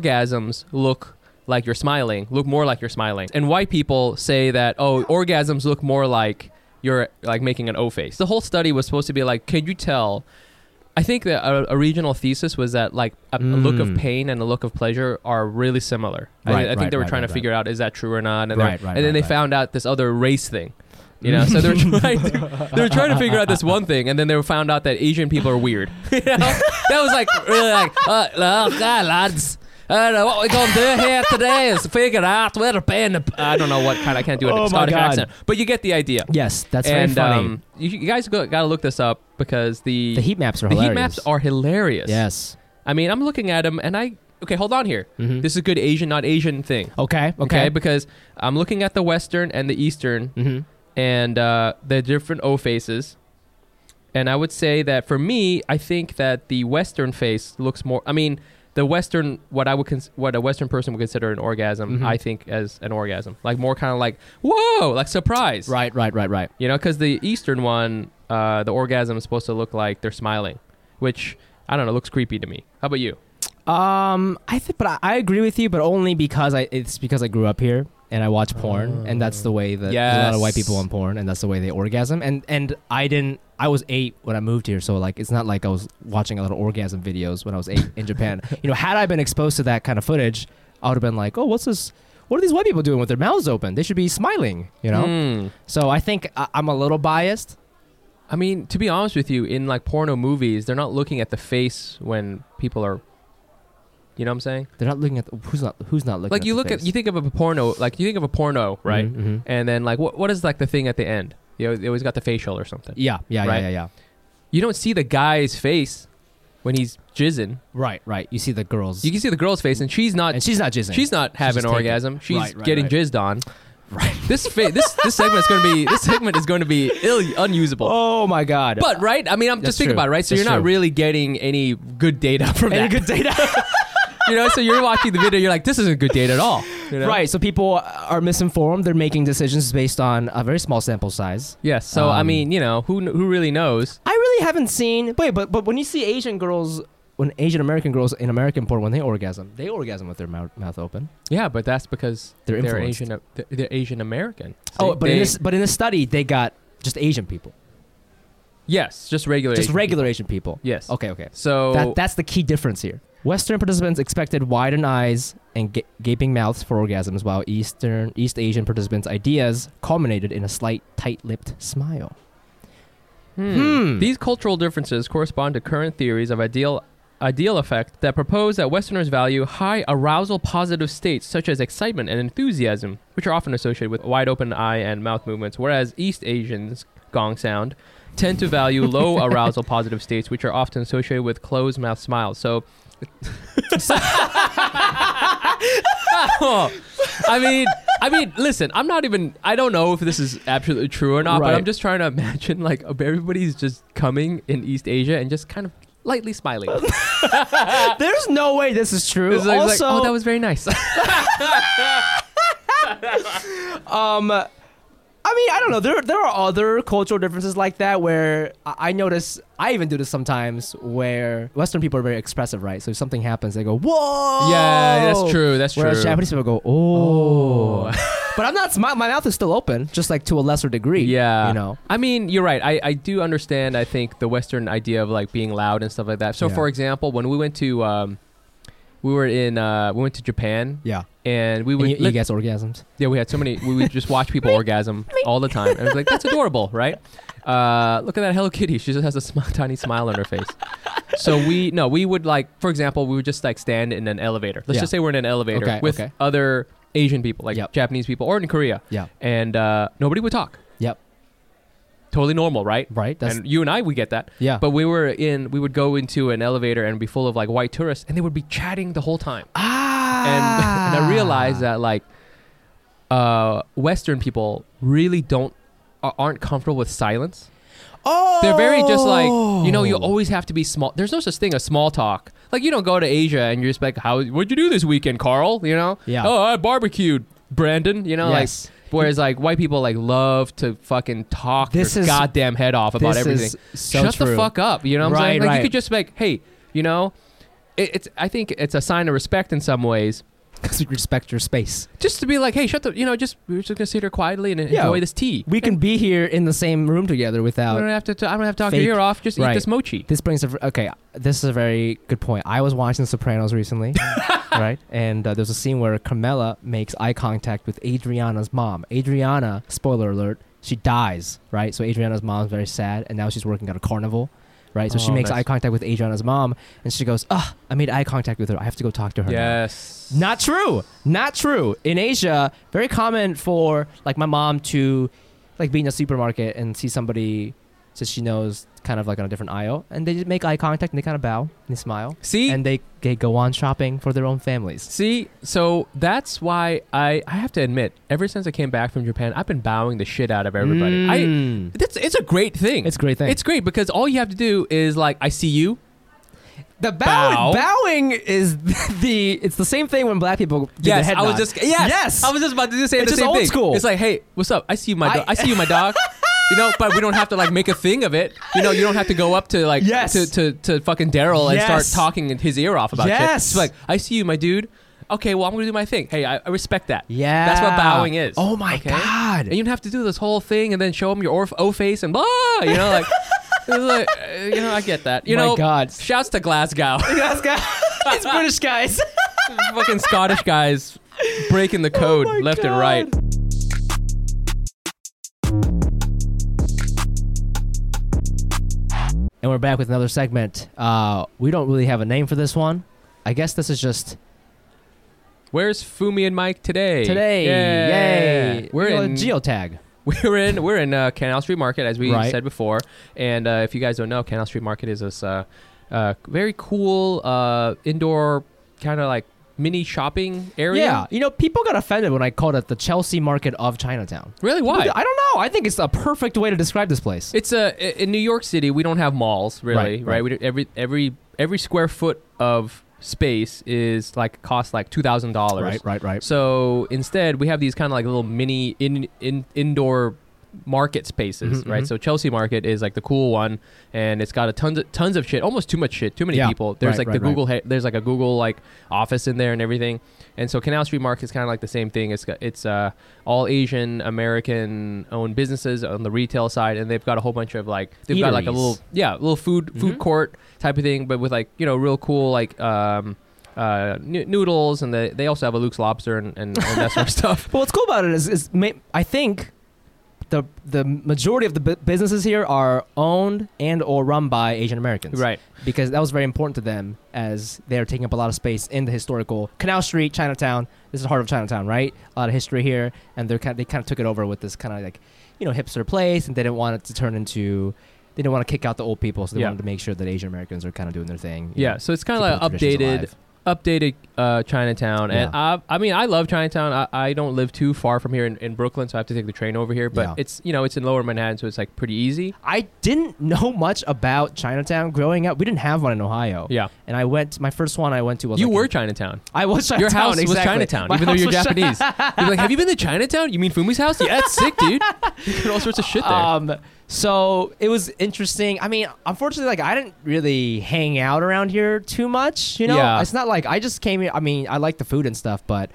Speaker 2: orgasms look like you're smiling, look more like you're smiling, and white people say that oh orgasms look more like you're like making an O face. The whole study was supposed to be like, can you tell? I think that a, a regional thesis was that like a, a look of
Speaker 1: Mm.
Speaker 2: pain and a look of pleasure are really similar. I-
Speaker 1: Right,
Speaker 2: I, think
Speaker 1: right,
Speaker 2: they were
Speaker 1: right,
Speaker 2: trying
Speaker 1: right,
Speaker 2: to
Speaker 1: right.
Speaker 2: figure out is that true or not, and,
Speaker 1: Right,
Speaker 2: they're-
Speaker 1: right,
Speaker 2: and
Speaker 1: right,
Speaker 2: then they
Speaker 1: right.
Speaker 2: found out this other race thing. You know, so they
Speaker 1: (laughs)
Speaker 2: were trying to, they were trying to figure out this one thing, and then they found out that Asian people are weird. (laughs) you know? That was like really like uh, oh god, lads. I don't know what we're gonna do here today is figure out where to ban the. I don't know what kind. I can't do a
Speaker 1: Oh my
Speaker 2: Scottish
Speaker 1: God.
Speaker 2: accent, but you get the idea.
Speaker 1: Yes, that's
Speaker 2: and
Speaker 1: very funny.
Speaker 2: um, you, you guys go, gotta look this up because the
Speaker 1: the heat maps are
Speaker 2: the
Speaker 1: hilarious.
Speaker 2: heat maps are hilarious.
Speaker 1: Yes.
Speaker 2: I mean, I'm looking at them and I okay, hold on here.
Speaker 1: Mhm.
Speaker 2: This is a good Asian, not Asian thing.
Speaker 1: Okay.
Speaker 2: Okay,
Speaker 1: Okay.
Speaker 2: because I'm looking at the Western and the Eastern
Speaker 1: mm-hmm.
Speaker 2: and uh, the different O faces. And I would say that for me, I think that the Western face looks more. I mean, the Western, what I would cons- what a Western person would consider an orgasm,
Speaker 1: Mhm.
Speaker 2: I think as an orgasm, like more kind of like whoa, like surprise,
Speaker 1: Right. Right. Right. Right.
Speaker 2: You know, because the Eastern one, uh, the orgasm is supposed to look like they're smiling, which I don't know, looks creepy to me. How about you?
Speaker 1: Um, I think, but I, I agree with you, but only because I it's because I grew up here and I watch porn, and that's the way that there's a lot of white people
Speaker 2: Yes.
Speaker 1: on porn, and that's the way they orgasm. And and I didn't. I was eight when I moved here, so like it's not like I was watching a lot of orgasm videos when I was eight in
Speaker 2: (laughs)
Speaker 1: Japan. You know, had I been exposed to that kind of footage, I would have been like, oh, what's this? What are these white people doing with their mouths open? They should be smiling, you know.
Speaker 2: Hmm.
Speaker 1: So I think I, I'm a little biased.
Speaker 2: I mean, to be honest with you, in like porno movies, they're not looking at the face when people are. You know what I'm saying?
Speaker 1: They're not looking at the, who's not who's not looking.
Speaker 2: like
Speaker 1: at
Speaker 2: you
Speaker 1: the
Speaker 2: look
Speaker 1: face.
Speaker 2: at you think of a porno, like you think of a porno, right?
Speaker 1: Mhm, mhm.
Speaker 2: And then like what what is like the thing at the end? You know, they always got the facial or something.
Speaker 1: Yeah, yeah,
Speaker 2: Right.
Speaker 1: yeah, yeah, yeah.
Speaker 2: You don't see the guy's face when he's jizzing.
Speaker 1: Right, right. You see the girls.
Speaker 2: You can see the girl's face, and she's not.
Speaker 1: and she's not jizzing.
Speaker 2: She's not having
Speaker 1: just
Speaker 2: an
Speaker 1: taking-
Speaker 2: orgasm. She's
Speaker 1: Right, right,
Speaker 2: getting
Speaker 1: right.
Speaker 2: jizzed on.
Speaker 1: (laughs) Right.
Speaker 2: This fa- this this segment is going to be this segment is going to be ill- unusable.
Speaker 1: Oh my god.
Speaker 2: But right, I mean, I'm
Speaker 1: That's
Speaker 2: just thinking
Speaker 1: true.
Speaker 2: about it, right. So
Speaker 1: That's
Speaker 2: you're not
Speaker 1: true.
Speaker 2: really getting any good data
Speaker 1: (laughs)
Speaker 2: from
Speaker 1: Any
Speaker 2: that.
Speaker 1: good data?
Speaker 2: you know, so you're watching the video, you're like, this isn't good data at all. (laughs) you know?
Speaker 1: Right. So people are misinformed. They're making decisions based on a very small sample size.
Speaker 2: Yes. So I
Speaker 1: Um,
Speaker 2: mean, you know, who kn- who really knows?
Speaker 1: I really haven't seen. Wait, but but when you see Asian girls, when Asian American girls in American porn, when they orgasm, they orgasm with their mouth, mouth open.
Speaker 2: Yeah, but that's because
Speaker 1: They're
Speaker 2: they're,
Speaker 1: influenced.
Speaker 2: Asian. They're, they're Asian American.
Speaker 1: oh,
Speaker 2: They-
Speaker 1: but in
Speaker 2: they-
Speaker 1: this but in this study, they got just Asian people,
Speaker 2: yes, just regular.
Speaker 1: just
Speaker 2: Asian
Speaker 1: regular
Speaker 2: people.
Speaker 1: Asian people.
Speaker 2: Yes.
Speaker 1: Okay. Okay.
Speaker 2: So
Speaker 1: That, that's the key difference here. Western participants expected widened eyes and ga- gaping mouths for orgasms, while Eastern East Asian participants' ideas culminated in a slight, tight-lipped smile.
Speaker 2: Hmm.
Speaker 1: Hmm.
Speaker 2: These cultural differences correspond to current theories of ideal ideal effect that propose that Westerners value high arousal positive states such as excitement and enthusiasm, which are often associated with wide open eye and mouth movements, whereas East Asians gong sound tend to value
Speaker 1: (laughs)
Speaker 2: low arousal positive states, which are often associated with closed mouth smiles. So. (laughs) I mean, I mean, listen. I'm not even. I don't know if this is absolutely true or not,
Speaker 1: Right.
Speaker 2: but I'm just trying to imagine like everybody's just coming in East Asia and just kind of lightly
Speaker 1: (laughs)
Speaker 2: smiling. It's
Speaker 1: There's no way this is true.
Speaker 2: like- it's like,
Speaker 1: also,
Speaker 2: oh, that was (laughs) very nice.
Speaker 1: um, I I mean, I don't know. There, there are other cultural differences like that where I, I notice. I even do this sometimes, where Western people are very expressive, right? So if something happens, they go, "Whoa!"
Speaker 2: Yeah, that's true, that's
Speaker 1: Oh. Whereas
Speaker 2: true.
Speaker 1: Japanese people go, "Oh." (laughs) but I'm not. My, my mouth is still open, just like to a lesser degree.
Speaker 2: Yeah.
Speaker 1: you know.
Speaker 2: I mean, you're right. I, I do understand, I think, the Western idea of like being loud and stuff like that. So,
Speaker 1: Yeah.
Speaker 2: for example, when we went to, um, we were in, uh, we went to Japan
Speaker 1: Yeah.
Speaker 2: and we
Speaker 1: And
Speaker 2: would,
Speaker 1: you, you
Speaker 2: let-
Speaker 1: get orgasms.
Speaker 2: yeah, we had so many, we would just
Speaker 1: (laughs)
Speaker 2: watch people orgasm all the time. And it was like, that's adorable, right? Uh, look at that Hello Kitty. She just has a sm- (laughs) tiny smile on her face. So we, no, we would like, for example, we would just like stand in an elevator. Let's
Speaker 1: Yeah.
Speaker 2: just say we're in an elevator
Speaker 1: Okay,
Speaker 2: with
Speaker 1: okay.
Speaker 2: other Asian people, like
Speaker 1: Yep.
Speaker 2: Japanese people, or in Korea.
Speaker 1: Yeah.
Speaker 2: And uh, nobody would talk
Speaker 1: Yep.
Speaker 2: totally normal, right?
Speaker 1: Right, that's-
Speaker 2: and you and I, we get that.
Speaker 1: Yeah.
Speaker 2: But we were in, we would go into an elevator and be full of like white tourists, and they would be chatting the whole time.
Speaker 1: Ah.
Speaker 2: And, (laughs) and I realized that like, uh, Western people really don't a- aren't comfortable with silence.
Speaker 1: Oh.
Speaker 2: They're very just like you know you (laughs) always have to be small. There's no such thing as small talk. Like you don't go to Asia and you're just like, how what'd you do this weekend, Carl? You know?
Speaker 1: Yeah.
Speaker 2: Oh, I barbecued. Brandon, you know,
Speaker 1: Yes.
Speaker 2: like whereas like white people like love to fucking talk
Speaker 1: This
Speaker 2: their
Speaker 1: is-
Speaker 2: goddamn head off about
Speaker 1: this
Speaker 2: everything.
Speaker 1: is so
Speaker 2: Shut
Speaker 1: true.
Speaker 2: the fuck up, you know what I'm
Speaker 1: Right,
Speaker 2: saying? Like
Speaker 1: right.
Speaker 2: you could just like, hey, you know, it, it's I think it's a sign of respect in some ways.
Speaker 1: respect your space.
Speaker 2: Just to be like, hey, shut the, you know, just we're just gonna sit here quietly and
Speaker 1: Yeah.
Speaker 2: enjoy this tea.
Speaker 1: We can be here in the same room together
Speaker 2: I
Speaker 1: without
Speaker 2: don't have to. T- I don't have to talk
Speaker 1: Fake-
Speaker 2: your ear off. Just
Speaker 1: right.
Speaker 2: eat this mochi.
Speaker 1: This brings a okay. This is a very good point. I was watching The Sopranos
Speaker 2: (laughs)
Speaker 1: recently, right? And uh, there's a scene where Carmela makes eye contact with Adriana's mom. Adriana, spoiler alert, she dies, right? So Adriana's mom's very sad, and now she's working at a carnival, right? So she
Speaker 2: Oh,
Speaker 1: makes
Speaker 2: nice.
Speaker 1: eye contact with Adriana's mom, and she goes, "Ah, I made eye contact with her. I have to go talk to her." now."
Speaker 2: Yes.
Speaker 1: Not true. Not true. In Asia, very common for like my mom to like be in a supermarket and see somebody that she knows kind of like on a different aisle and they just make eye contact and they kind of bow and they smile
Speaker 2: See.
Speaker 1: and they, they go on shopping for their own families.
Speaker 2: See, so that's why I, I have to admit, ever since I came back from Japan, I've been bowing the shit out of everybody.
Speaker 1: Mm.
Speaker 2: I that's it's a great thing.
Speaker 1: It's a great thing.
Speaker 2: It's great because all you have to do is like I see you.
Speaker 1: The
Speaker 2: bow- Bow.
Speaker 1: bowing is (laughs) the it's the same thing when black people do
Speaker 2: yes, I was just yes, I was just about to do say
Speaker 1: It's
Speaker 2: the
Speaker 1: just
Speaker 2: same
Speaker 1: old
Speaker 2: thing.
Speaker 1: school.
Speaker 2: It's like, hey, what's up? I see you, my
Speaker 1: I-
Speaker 2: dog. I see you,
Speaker 1: (laughs)
Speaker 2: my dog. You know, but we don't have to like make a thing of it. You know, you don't have to go up to like
Speaker 1: Yes.
Speaker 2: to, to, to fucking Daryl and
Speaker 1: Yes.
Speaker 2: start talking his ear off about shit.
Speaker 1: Yes.
Speaker 2: It's like, I see you, my dude. Okay, well I'm gonna do my thing. Hey, I, I respect that.
Speaker 1: yeah.
Speaker 2: That's what bowing is.
Speaker 1: Oh my
Speaker 2: okay?
Speaker 1: god.
Speaker 2: and you'd have to do this whole thing and then show them your orf- O face and blah, you know, like, (laughs) it's like, uh, you know, I get that. You
Speaker 1: My
Speaker 2: know,
Speaker 1: God.
Speaker 2: shouts to Glasgow,
Speaker 1: (laughs) Yes, guys. These British (laughs) guys.
Speaker 2: fucking Scottish guys
Speaker 1: (laughs)
Speaker 2: breaking the code
Speaker 1: Oh my
Speaker 2: left and right.
Speaker 1: And we're back with another segment. Uh, we don't really have a name for this one. I guess this is just
Speaker 2: Where's Fumi and Mike today?
Speaker 1: today.
Speaker 2: Yeah.
Speaker 1: Yay!
Speaker 2: We're
Speaker 1: We're
Speaker 2: in
Speaker 1: geotag.
Speaker 2: (laughs) we're in we're in uh, Canal Street Market as we
Speaker 1: Right.
Speaker 2: said before. And uh, if you guys don't know, Canal Street Market is this uh, uh, very cool uh, indoor kind of like mini shopping area.
Speaker 1: Yeah, you know, people got offended when I called it the Chelsea market of Chinatown.
Speaker 2: Really? Why?
Speaker 1: I don't know. I think it's a perfect way to describe this place.
Speaker 2: It's a i- in New York City. We don't have malls really,
Speaker 1: Right,
Speaker 2: right?
Speaker 1: right.
Speaker 2: We do, every every every square foot of space is like costs like two thousand dollars.
Speaker 1: right, right.
Speaker 2: So instead, we have these kind of like little mini in, in indoor market spaces,
Speaker 1: Mhm,
Speaker 2: right?
Speaker 1: mhm.
Speaker 2: So Chelsea Market is like the cool one, and it's got a tons of, tons of shit, almost too much shit, too many
Speaker 1: Yeah.
Speaker 2: people. There's
Speaker 1: Right,
Speaker 2: like
Speaker 1: right,
Speaker 2: the
Speaker 1: right.
Speaker 2: Google, he- there's like a Google like office in there and everything. And so Canal Street Market is kind of like the same thing. It's got, it's uh, all Asian American owned businesses on the retail side, and they've got a whole bunch of like they've got like a
Speaker 1: Eateries.
Speaker 2: little yeah little food food court type of thing, but with like you know real cool like. um uh, n- noodles, and the, they also have a Luke's Lobster and, and, and that sort of (laughs) stuff.
Speaker 1: But what's cool about it is, is ma- I think the the majority of the bu- businesses here are owned and or run by Asian Americans,
Speaker 2: Right.
Speaker 1: Because that was very important to them as they are taking up a lot of space in the historical Canal Street, Chinatown. This is the heart of Chinatown, right? A lot of history here, and they're kind of, they kind of took it over with this kind of like you know hipster place, and they didn't want it to turn into they didn't want to kick out the old people, so they
Speaker 2: Yeah.
Speaker 1: wanted to make sure that Asian Americans are kind of doing their thing. you
Speaker 2: Yeah,
Speaker 1: know,
Speaker 2: so it's kind of
Speaker 1: keeping
Speaker 2: like
Speaker 1: the traditions
Speaker 2: updated
Speaker 1: alive.
Speaker 2: updated uh, Chinatown, and
Speaker 1: Yeah.
Speaker 2: I, I mean, I love Chinatown. I, I don't live too far from here in, in Brooklyn, so I have to take the train over here. But
Speaker 1: Yeah.
Speaker 2: it's you know it's in Lower Manhattan, so it's like pretty easy.
Speaker 1: I didn't know much about Chinatown growing up. We didn't have one in Ohio.
Speaker 2: Yeah.
Speaker 1: And I went. My first one I went to was
Speaker 2: you
Speaker 1: like
Speaker 2: were
Speaker 1: in- (laughs)
Speaker 2: Chinatown.
Speaker 1: I was Chinatown.
Speaker 2: Your house was
Speaker 1: exactly.
Speaker 2: Chinatown,
Speaker 1: My
Speaker 2: even though
Speaker 1: house
Speaker 2: you're
Speaker 1: was Chi-
Speaker 2: Japanese. you're like, have you been to Chinatown? You mean Fumi's house? Yeah, it's sick,
Speaker 1: (laughs)
Speaker 2: dude. You did all sorts of shit there.
Speaker 1: Um, so it was interesting. I mean, unfortunately, like I didn't really hang out around here too much. You know,
Speaker 2: Yeah.
Speaker 1: it's not like I just came here. I mean, I like the food and stuff, but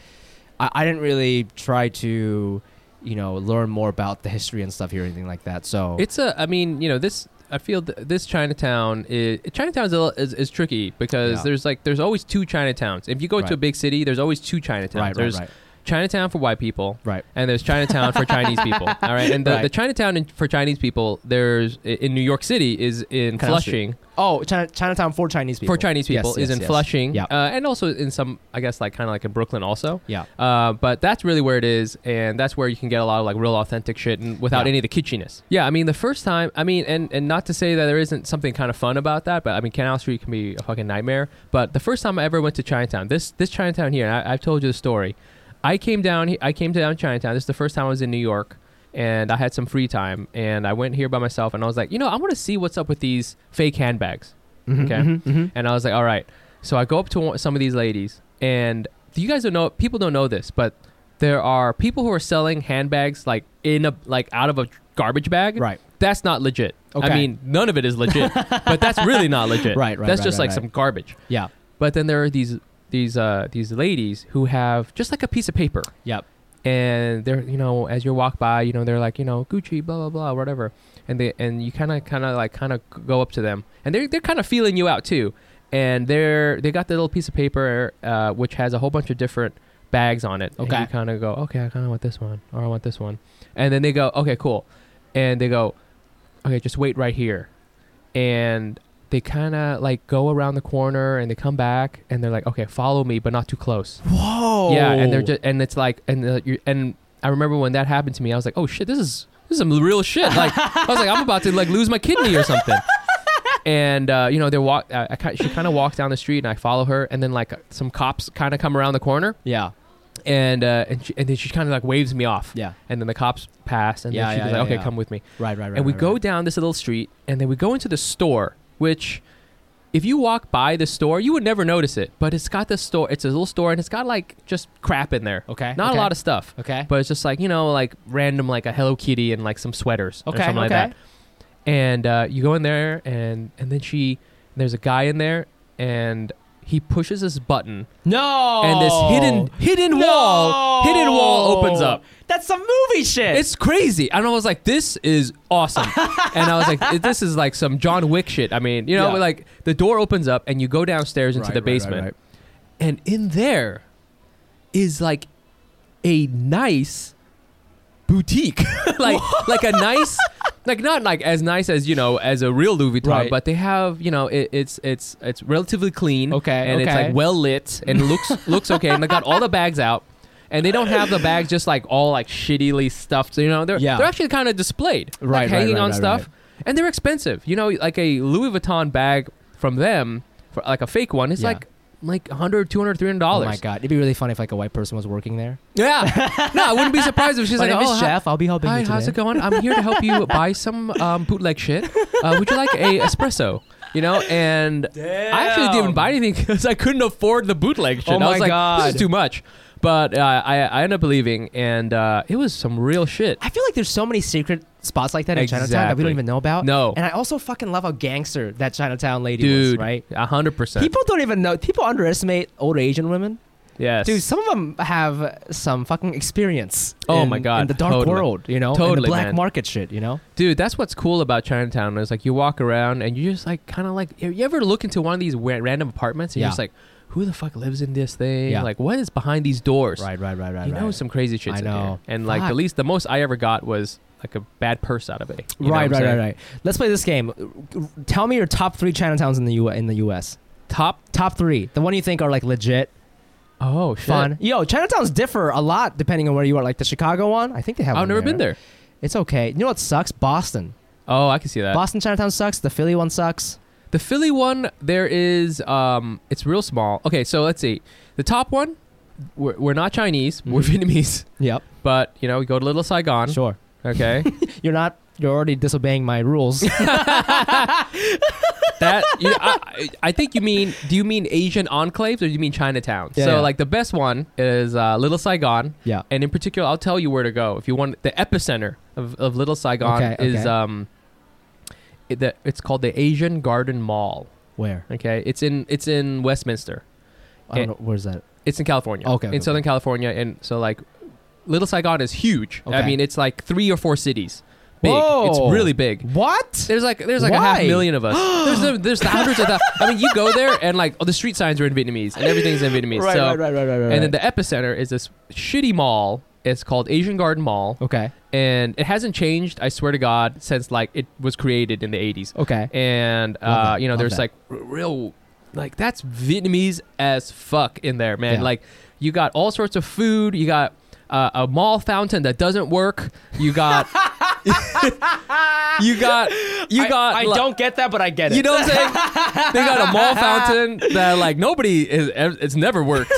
Speaker 1: I, I didn't really try to, you know, learn more about the history and stuff here or anything like that. So
Speaker 2: It's a. I mean, you know, this. I feel th- this Chinatown is Chinatown is, a, li- is is tricky because
Speaker 1: Yeah.
Speaker 2: there's like there's always two Chinatowns. If you go
Speaker 1: Right.
Speaker 2: to a big city, there's always two Chinatowns.
Speaker 1: Right, right,
Speaker 2: there's
Speaker 1: right.
Speaker 2: Chinatown for white people,
Speaker 1: Right.
Speaker 2: And there's Chinatown for Chinese people.
Speaker 1: (laughs)
Speaker 2: All right, and the,
Speaker 1: Right.
Speaker 2: the Chinatown in, for Chinese people, there's i- in New York City is in
Speaker 1: Canal Street.
Speaker 2: Flushing
Speaker 1: oh, China, Chinatown for Chinese people.
Speaker 2: for Chinese
Speaker 1: Yes,
Speaker 2: people
Speaker 1: yes,
Speaker 2: is in
Speaker 1: yes.
Speaker 2: Flushing,
Speaker 1: Yeah.
Speaker 2: uh, and also in some, I guess, like kind of like in Brooklyn also.
Speaker 1: Yeah.
Speaker 2: Uh, but that's really where it is, and that's where you can get a lot of like real authentic shit and without
Speaker 1: Yeah.
Speaker 2: any of the kitschiness. Yeah, I mean the first time, I mean, and and not to say that there isn't something kind of fun about that, but I mean Canal Street can be a fucking nightmare. But the first time I ever went to Chinatown, this this Chinatown here, and I, I've told you the story. I came down, he- I came down Chinatown. This is the first time I was in New York. And I had some free time, and I went here by myself, and I was like, you know, I want to see what's up with these fake handbags. okay, and I was like, all right. So I go up to one, some of these ladies, and you guys don't know, people don't know this, but there are people who are selling handbags like in a like out of a garbage bag.
Speaker 1: Right.
Speaker 2: That's not legit.
Speaker 1: Okay.
Speaker 2: I mean, none of it is
Speaker 1: (laughs)
Speaker 2: legit, but that's really not legit.
Speaker 1: Right, right,
Speaker 2: That's
Speaker 1: right,
Speaker 2: just
Speaker 1: right,
Speaker 2: like
Speaker 1: right.
Speaker 2: some garbage.
Speaker 1: Yeah.
Speaker 2: But then there are these these uh these ladies who have just like a piece of paper
Speaker 1: Yep.
Speaker 2: and they're you know as you walk by you know they're like you know gucci blah blah blah whatever and they and you kind of kind of like kind of go up to them and they're, they're kind of feeling you out too and they're they got the little piece of paper uh, which has a whole bunch of different bags on it and
Speaker 1: Okay.
Speaker 2: you kind of go okay i kind of want this one or i want this one and then they go okay cool and they go okay just wait right here and they kind of like go around the corner and they come back and they're like okay follow me but not too close
Speaker 1: Whoa.
Speaker 2: yeah, and they're just and it's like and the, you and I remember when that happened to me, I was like, oh shit, this is this is some real shit. Like I was like, I'm about to like lose my kidney or something.
Speaker 1: (laughs)
Speaker 2: And uh, you know, they walk. I, I ki- she kind of walks down the street, and I follow her. And then like some cops kind of come around the corner,
Speaker 1: yeah.
Speaker 2: and uh, and, she, and then she kind of like waves me off.
Speaker 1: Yeah.
Speaker 2: And then the cops pass, and
Speaker 1: Yeah,
Speaker 2: then she's
Speaker 1: yeah,
Speaker 2: like,
Speaker 1: yeah,
Speaker 2: okay,
Speaker 1: yeah.
Speaker 2: come with me
Speaker 1: Right. Right. Right.
Speaker 2: and we
Speaker 1: right,
Speaker 2: go
Speaker 1: right.
Speaker 2: down this little street and then we go into the store which if you walk by the store you would never notice it but it's got this store it's a little store and it's got like just crap in there
Speaker 1: Okay,
Speaker 2: not
Speaker 1: okay.
Speaker 2: a lot of stuff
Speaker 1: Okay.
Speaker 2: but it's just like you know like random like a hello kitty and like some sweaters or
Speaker 1: Okay,
Speaker 2: something like
Speaker 1: okay.
Speaker 2: that and uh, you go in there and and then she there's a guy in there and he pushes this button
Speaker 1: no.
Speaker 2: and this hidden
Speaker 1: Oh,
Speaker 2: hidden
Speaker 1: No!
Speaker 2: wall hidden wall opens up
Speaker 1: That's some movie shit.
Speaker 2: it's crazy. And I was like, this is
Speaker 1: (laughs)
Speaker 2: awesome. and I was like, this is like some John Wick shit. I mean, you know,
Speaker 1: Yeah.
Speaker 2: like the door opens up and you go downstairs into
Speaker 1: Right,
Speaker 2: the
Speaker 1: right, right,
Speaker 2: basement.
Speaker 1: right.
Speaker 2: And in there is like a nice boutique. (laughs) like like a nice like not like as nice as, you know, as a real Louis Vuitton,
Speaker 1: Right.
Speaker 2: but they have, you know, it, it's it's it's relatively clean.
Speaker 1: Okay,
Speaker 2: And it's
Speaker 1: okay.
Speaker 2: like well lit
Speaker 1: (laughs)
Speaker 2: and looks looks okay. And they got all the bags out. And they don't have the bags just like all like shittily stuffed. You know, they're
Speaker 1: Yeah.
Speaker 2: they're actually kind of displayed. like,
Speaker 1: Right, right,
Speaker 2: hanging
Speaker 1: right,
Speaker 2: on
Speaker 1: right,
Speaker 2: stuff. And they're expensive. You know, like a Louis Vuitton bag from them for like a fake one, it's
Speaker 1: Yeah.
Speaker 2: like like 100 200 300
Speaker 1: Oh
Speaker 2: dollars
Speaker 1: my god! It'd be really funny if like a white person was working there.
Speaker 2: yeah. No, I wouldn't be surprised if
Speaker 1: (laughs)
Speaker 2: she's
Speaker 1: My
Speaker 2: like,
Speaker 1: name
Speaker 2: oh,
Speaker 1: is
Speaker 2: hi-
Speaker 1: Jeff. I'll be helping
Speaker 2: Hi,
Speaker 1: you
Speaker 2: how's
Speaker 1: today."
Speaker 2: it going? I'm here to help
Speaker 1: (laughs)
Speaker 2: you buy some um, bootleg shit. Uh, would you like a espresso? You know, and I actually didn't even buy anything because I couldn't afford the bootleg shit.
Speaker 1: Oh
Speaker 2: I was
Speaker 1: my
Speaker 2: like,
Speaker 1: God.
Speaker 2: this is too much. But uh, I, I ended up leaving, and uh, it was some real shit.
Speaker 1: I feel like there's so many secret spots like that in Chinatown that we don't
Speaker 2: Exactly.
Speaker 1: even know about.
Speaker 2: No.
Speaker 1: and I also fucking love how gangster that Chinatown lady was.
Speaker 2: Dude,
Speaker 1: Right?
Speaker 2: A hundred percent.
Speaker 1: People don't even know. People underestimate older Asian women.
Speaker 2: yes,
Speaker 1: Dude, some of them have some fucking experience.
Speaker 2: Oh
Speaker 1: in-
Speaker 2: my God,
Speaker 1: In the dark
Speaker 2: totally.
Speaker 1: world, you know, in the
Speaker 2: Totally,
Speaker 1: black
Speaker 2: man.
Speaker 1: market shit, you know.
Speaker 2: dude that's what's cool about chinatown is like you walk around and you just like kind of like you ever look into one of these wa- random apartments and
Speaker 1: Yeah.
Speaker 2: you're just like who the fuck lives in this thing
Speaker 1: Yeah.
Speaker 2: like what is behind these doors
Speaker 1: Right, right, right, right.
Speaker 2: you know
Speaker 1: right.
Speaker 2: some crazy shit
Speaker 1: I know.
Speaker 2: and like
Speaker 1: Fuck.
Speaker 2: at least the most i ever got was like a bad purse out of it You know
Speaker 1: right,
Speaker 2: what I'm
Speaker 1: right, right,
Speaker 2: saying?
Speaker 1: right. Let's play this game. R- r- Tell me your top three Chinatowns in the U. In the U.S.
Speaker 2: top
Speaker 1: Top three, the one you think are like legit,
Speaker 2: oh shit.
Speaker 1: fun. Yo, Chinatowns differ a lot depending on where you are. Like the Chicago one, I think they have.
Speaker 2: i've
Speaker 1: one
Speaker 2: never been there
Speaker 1: It's okay. You know what sucks? Boston.
Speaker 2: oh i can see that
Speaker 1: Boston Chinatown sucks. The Philly one sucks.
Speaker 2: The Philly one, there is, um, it's real small. Okay, so let's see. The top one, we're, we're not Chinese, we're Vietnamese,
Speaker 1: Yep.
Speaker 2: but you know, we go to Little Saigon.
Speaker 1: Mm-hmm. Sure.
Speaker 2: Okay,
Speaker 1: You're not. You're already disobeying my
Speaker 2: (laughs)
Speaker 1: rules.
Speaker 2: that you, I, I think you mean. Do you mean Asian enclaves or do you mean Chinatown?
Speaker 1: Yeah,
Speaker 2: so
Speaker 1: yeah.
Speaker 2: like the best one is uh, Little Saigon.
Speaker 1: Yeah.
Speaker 2: and in particular, I'll tell you where to go if you want. The epicenter of, of Little Saigon
Speaker 1: Okay,
Speaker 2: is
Speaker 1: okay.
Speaker 2: um, it, the, it's called the Asian Garden Mall.
Speaker 1: Where?
Speaker 2: Okay, it's in it's in Westminster.
Speaker 1: I don't know. Where's that?
Speaker 2: It's in California.
Speaker 1: Okay,
Speaker 2: in
Speaker 1: okay,
Speaker 2: Southern California, and so like, Little Saigon is huge. I
Speaker 1: Okay.
Speaker 2: mean, it's like three or four cities. Big. It's
Speaker 1: Whoa.
Speaker 2: really big.
Speaker 1: What?
Speaker 2: There's like there's like a half
Speaker 1: Why? (gasps)
Speaker 2: million of us. There's the, there's the hundreds of thousands. I mean, you go there and like all the street signs are in Vietnamese and everything's in Vietnamese.
Speaker 1: Right,
Speaker 2: so,
Speaker 1: right, right, right, right, right,
Speaker 2: And then the epicenter is this shitty mall. It's called Asian Garden Mall,
Speaker 1: Okay.
Speaker 2: and it hasn't changed. I swear to God, since like it was created in the 80s.
Speaker 1: Okay.
Speaker 2: And
Speaker 1: Love
Speaker 2: uh,
Speaker 1: that,
Speaker 2: you know,
Speaker 1: love
Speaker 2: there's
Speaker 1: that.
Speaker 2: like r- real like that's Vietnamese as fuck in there, man.
Speaker 1: Yeah.
Speaker 2: Like you got all sorts of food. You got uh, a mall fountain that doesn't work.
Speaker 1: (laughs)
Speaker 2: You got. (laughs) you got you got
Speaker 1: I,
Speaker 2: like-
Speaker 1: don't get that, but I get it.
Speaker 2: you know what I'm saying?
Speaker 1: (laughs)
Speaker 2: they got a mall fountain that like nobody is. It's never
Speaker 1: (laughs)
Speaker 2: worked.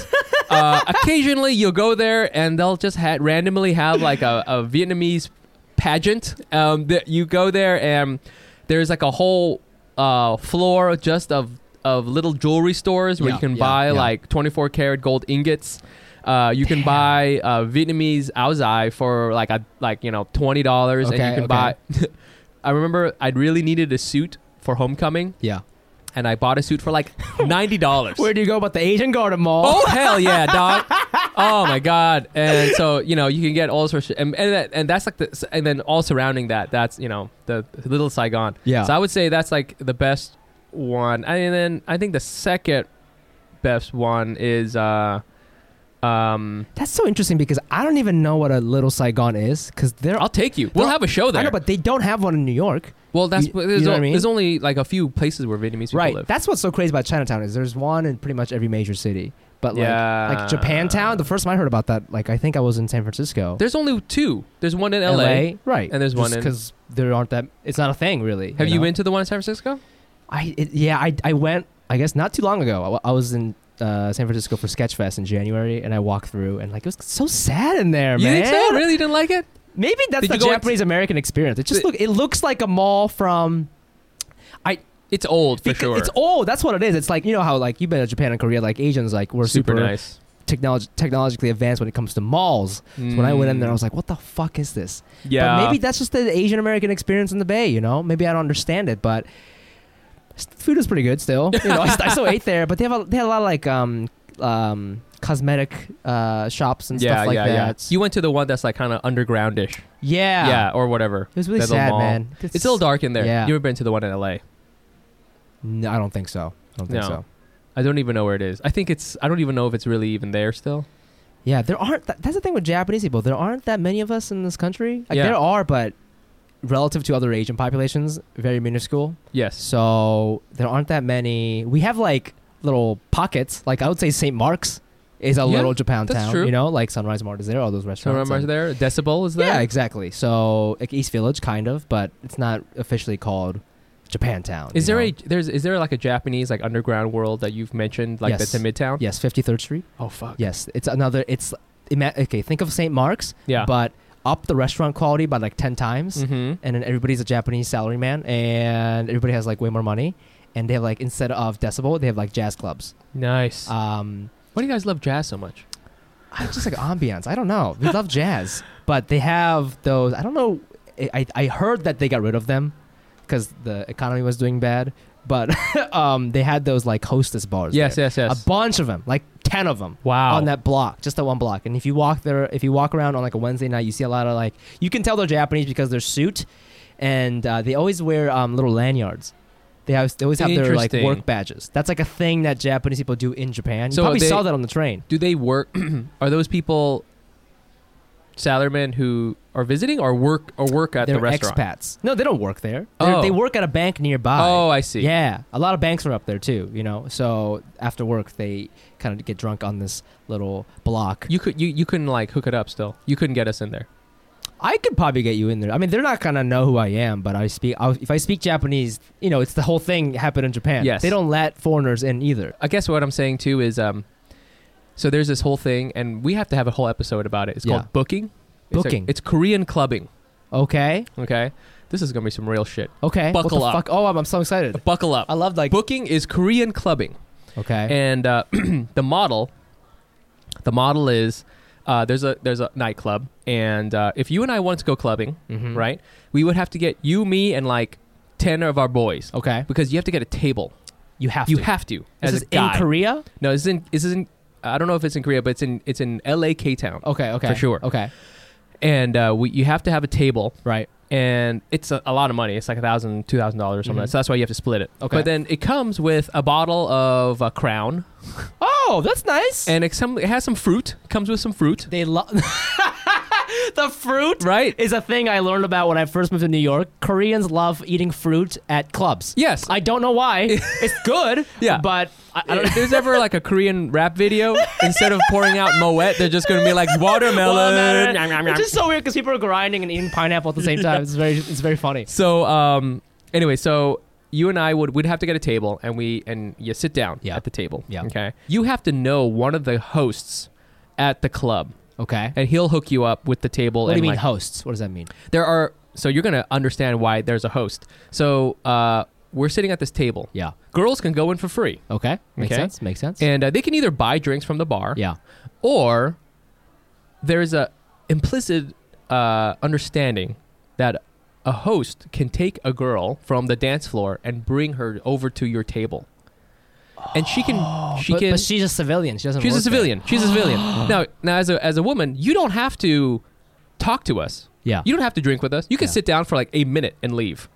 Speaker 2: Uh, occasionally, you'll go there and they'll just ha- randomly have like a, a Vietnamese pageant. Um, that you go there and there's like a whole uh, floor just of of little jewelry stores where
Speaker 1: Yeah,
Speaker 2: you can
Speaker 1: yeah,
Speaker 2: buy
Speaker 1: yeah.
Speaker 2: like 24 karat gold ingots. Uh, you can buy uh, Vietnamese áo dài for like a like you know twenty dollars, and
Speaker 1: Okay,
Speaker 2: you can
Speaker 1: okay.
Speaker 2: buy. (laughs) I remember I really needed a suit for homecoming,
Speaker 1: Yeah.
Speaker 2: and I bought a suit for
Speaker 1: (laughs)
Speaker 2: like ninety dollars.
Speaker 1: Where do you go about the Asian Garden Mall?
Speaker 2: Oh hell
Speaker 1: (laughs)
Speaker 2: yeah, dog! Oh my god! And so you know you can get all sorts, of, and and, that, and that's like the, and then all surrounding that, that's you know the little Saigon.
Speaker 1: Yeah.
Speaker 2: So I would say that's like the best one, and then I think the second best one is uh, um,
Speaker 1: That's so interesting because I don't even know what a Little Saigon is because they're.
Speaker 2: I'll take you. We'll
Speaker 1: Well,
Speaker 2: have a show there.
Speaker 1: I know, but they don't have one in New York.
Speaker 2: well, that's
Speaker 1: you- you
Speaker 2: there's,
Speaker 1: know what I
Speaker 2: o-
Speaker 1: mean?
Speaker 2: there's only like a few places where Vietnamese people
Speaker 1: Right.
Speaker 2: live.
Speaker 1: That's what's so crazy about Chinatown is there's one in pretty much every major city. But like,
Speaker 2: Yeah.
Speaker 1: like Japantown, the first time I heard about that, like I think I was in San Francisco.
Speaker 2: there's only two. There's one in
Speaker 1: LA, right?
Speaker 2: and there's one in-
Speaker 1: because there aren't that. It's not a thing really.
Speaker 2: Have you,
Speaker 1: know?
Speaker 2: been to the one in San Francisco?
Speaker 1: I it, yeah, I I went. I guess not too long ago. I, wa- I was in uh, San Francisco for Sketchfest in January, and I walked through, and like it was so sad in there,
Speaker 2: You
Speaker 1: man.
Speaker 2: think so? Really? You didn't like it?
Speaker 1: Maybe that's
Speaker 2: Did
Speaker 1: the
Speaker 2: you go into-
Speaker 1: Japanese American experience. It just
Speaker 2: The-
Speaker 1: look. It looks like a mall from. I
Speaker 2: It's old for
Speaker 1: because
Speaker 2: sure.
Speaker 1: It's old. That's what it is. It's like you know how like you've been to Japan and Korea. Like Asians, like we're super,
Speaker 2: super nice.
Speaker 1: technolog- technologically advanced when it comes to malls. So when I went in there, I was like, "What the fuck is this?"
Speaker 2: Yeah.
Speaker 1: But maybe that's just the Asian American experience in the Bay, you know? Maybe I don't understand it, but s- food is pretty good still. You know, I, st- I
Speaker 2: (laughs)
Speaker 1: still ate there, but they have a, they have a lot of like um um cosmetic uh shops and stuff like that.
Speaker 2: You went to the one that's like kind of undergroundish.
Speaker 1: yeah.
Speaker 2: Yeah, or whatever.
Speaker 1: It was really
Speaker 2: That little
Speaker 1: sad,
Speaker 2: mall.
Speaker 1: man.
Speaker 2: It's, still dark in there.
Speaker 1: Yeah.
Speaker 2: You ever been to the one in LA?
Speaker 1: No, I don't think so. I don't think
Speaker 2: No.
Speaker 1: so.
Speaker 2: I don't even know where it is. I think it's. I don't even know if it's really even there still.
Speaker 1: Yeah, there aren't th- that's the thing with Japanese people. There aren't that many of us in this country. Like
Speaker 2: Yeah.
Speaker 1: there are, but relative to other Asian populations, very minuscule.
Speaker 2: Yes.
Speaker 1: So there aren't that many. We have like little pockets. Like I would say St. Mark's is a
Speaker 2: Yeah,
Speaker 1: little Japan
Speaker 2: that's
Speaker 1: town.
Speaker 2: true.
Speaker 1: You know, like Sunrise Mart is there, all those
Speaker 2: So
Speaker 1: restaurants.
Speaker 2: remember
Speaker 1: and-
Speaker 2: there, Decibel is there.
Speaker 1: Yeah, exactly. So like East Village, kind of, but it's not officially called Japantown.
Speaker 2: Is
Speaker 1: you
Speaker 2: there
Speaker 1: know?
Speaker 2: a there's is there like a Japanese like underground world that you've mentioned like
Speaker 1: Yes.
Speaker 2: that's in Midtown?
Speaker 1: Yes, Fifty Third Street.
Speaker 2: Oh fuck.
Speaker 1: Yes, it's another. It's ima- okay. Think of St. Mark's,
Speaker 2: Yeah.
Speaker 1: but up the restaurant quality by like ten times.
Speaker 2: Mhm.
Speaker 1: and then everybody's a Japanese salaryman, and everybody has like way more money, and they have like instead of decibel, they have like jazz clubs.
Speaker 2: Nice.
Speaker 1: Um,
Speaker 2: Uh, Why do you guys love jazz so much?
Speaker 1: I just like ambiance. I don't know. We love jazz, but they have those. I don't know. I I, I heard that they got rid of them because the economy was doing bad. But (laughs) um, they had those like hostess bars.
Speaker 2: Yes,
Speaker 1: there.
Speaker 2: yes, yes.
Speaker 1: A bunch of them, like ten of them.
Speaker 2: Wow.
Speaker 1: On that block, just that one block. And if you walk there, if you walk around on like a Wednesday night, you see a lot of like you can tell they're Japanese because their suit, and uh, they always wear um, little lanyards. They always, they always have their like
Speaker 2: Interesting.
Speaker 1: work badges. That's like a thing that Japanese people do in Japan. You
Speaker 2: So
Speaker 1: probably
Speaker 2: they-
Speaker 1: saw that on the train.
Speaker 2: do they work (clears throat) are those people salarymen who are visiting or work or work at
Speaker 1: They're
Speaker 2: the restaurant
Speaker 1: expats. No, they don't work there. They're-
Speaker 2: Oh.
Speaker 1: They work at a bank nearby.
Speaker 2: oh i see
Speaker 1: Yeah, a lot of banks are up there too. You know, so after work they kind of get drunk on this little block.
Speaker 2: you could you, you couldn't like hook it up still you couldn't get us in there
Speaker 1: I could probably get you in there. I mean, they're not gonna know who I am, but I speak. I'll, if I speak Japanese, you know, it's the whole thing happened in Japan.
Speaker 2: Yes.
Speaker 1: they don't let foreigners in either.
Speaker 2: I guess what I'm saying too is um, so there's this whole thing, and we have to have a whole episode about it. It's
Speaker 1: Yeah.
Speaker 2: called booking. It's like-
Speaker 1: Booking.
Speaker 2: It's, Korean clubbing.
Speaker 1: Okay,
Speaker 2: Okay, this is gonna be some real shit.
Speaker 1: okay.
Speaker 2: Buckle
Speaker 1: what the
Speaker 2: up.
Speaker 1: Fuck? Oh, I'm, I'm so excited.
Speaker 2: Buckle up.
Speaker 1: I love like
Speaker 2: booking is Korean clubbing,
Speaker 1: okay.
Speaker 2: and uh, (clears throat) the model, the model is. Uh, there's a there's a nightclub, and uh, if you and I wanted to go clubbing,
Speaker 1: Mhm.
Speaker 2: right, we would have to get you, me, and like ten of our boys,
Speaker 1: Okay,
Speaker 2: because you have to get a table.
Speaker 1: you have
Speaker 2: you
Speaker 1: to.
Speaker 2: have to.
Speaker 1: this
Speaker 2: as
Speaker 1: is
Speaker 2: a guy.
Speaker 1: in Korea.
Speaker 2: No, this is in this is in I don't know if it's in Korea, but it's in it's in LA K Town.
Speaker 1: Okay, okay,
Speaker 2: For sure.
Speaker 1: Okay,
Speaker 2: And uh, we, you have to have a table
Speaker 1: right.
Speaker 2: and it's a, a lot of money. It's like a thousand, two thousand dollars or something.
Speaker 1: Mhm.
Speaker 2: So that's why you have to split it.
Speaker 1: Okay.
Speaker 2: But then it comes with a bottle of uh, crown
Speaker 1: Oh, that's nice.
Speaker 2: and it, some, it has some fruit. Comes with some fruit.
Speaker 1: they love (laughs) the fruit.
Speaker 2: Right?
Speaker 1: Is a thing I learned about when I first moved to New York. Koreans love eating fruit at clubs.
Speaker 2: Yes.
Speaker 1: I don't know
Speaker 2: (laughs)
Speaker 1: why. it's good.
Speaker 2: Yeah.
Speaker 1: But I, I don't
Speaker 2: if there's ever like a Korean
Speaker 1: (laughs)
Speaker 2: rap video, instead of pouring out Moet, they're just gonna be like watermelon.
Speaker 1: Watermelon. It's just so weird because people are grinding and eating pineapple at the same time. It's very, it's very funny.
Speaker 2: So um, anyway, so you and I would would have to get a table, and we and you sit down
Speaker 1: Yeah.
Speaker 2: at the table.
Speaker 1: Yeah.
Speaker 2: Okay. You have to know one of the hosts at the club,
Speaker 1: Okay.
Speaker 2: and he'll hook you up with the table.
Speaker 1: What do
Speaker 2: and
Speaker 1: you mean
Speaker 2: like,
Speaker 1: hosts? What does that mean?
Speaker 2: There are so you're gonna understand why there's a host. So uh, we're sitting at this table.
Speaker 1: Yeah.
Speaker 2: Girls can go in for free,
Speaker 1: Okay. Makes
Speaker 2: Okay.
Speaker 1: sense. Makes sense.
Speaker 2: and uh, they can either buy drinks from the bar.
Speaker 1: yeah.
Speaker 2: Or there's a implicit uh, understanding that a host can take a girl from the dance floor and bring her over to your table, and she can she
Speaker 1: but,
Speaker 2: can
Speaker 1: but she's a civilian. She doesn't.
Speaker 2: she's
Speaker 1: work
Speaker 2: a
Speaker 1: there.
Speaker 2: civilian
Speaker 1: (gasps)
Speaker 2: she's a civilian now now as a as a woman you don't have to talk to us
Speaker 1: Yeah.
Speaker 2: you don't have to drink with us you can
Speaker 1: Yeah.
Speaker 2: sit down for like a minute and leave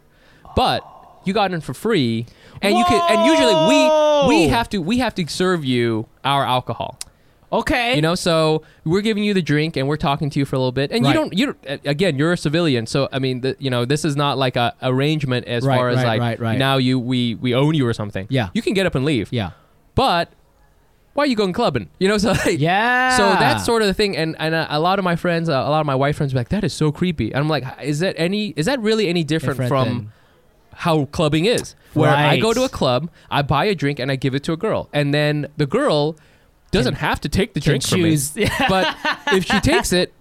Speaker 2: but you got in for free and you can and usually we we
Speaker 1: Whoa!
Speaker 2: have to we have to serve you our alcohol
Speaker 1: Okay.
Speaker 2: you know, so we're giving you the drink and we're talking to you for a little bit, and
Speaker 1: Right.
Speaker 2: you don't, you don't, again, you're a civilian, so I mean, the, you know, this is not like a arrangement as
Speaker 1: Right,
Speaker 2: far as
Speaker 1: right,
Speaker 2: like
Speaker 1: right, right.
Speaker 2: now you we we own you or something.
Speaker 1: Yeah.
Speaker 2: you can get up and leave.
Speaker 1: Yeah.
Speaker 2: but why are you going clubbing? You know, so like,
Speaker 1: Yeah.
Speaker 2: So that's sort of the thing, and and a, a lot of my friends, uh, a lot of my white friends, be like, that is so creepy, and I'm like, is that any, is that really any different,
Speaker 1: Different
Speaker 2: from?
Speaker 1: than-
Speaker 2: how clubbing is. Where I
Speaker 1: Right.
Speaker 2: go to a club, I buy a drink and I give it to a girl, and then the girl doesn't have to take the
Speaker 1: can
Speaker 2: drink from me.
Speaker 1: choose. (laughs) Yeah.
Speaker 2: but if she takes it,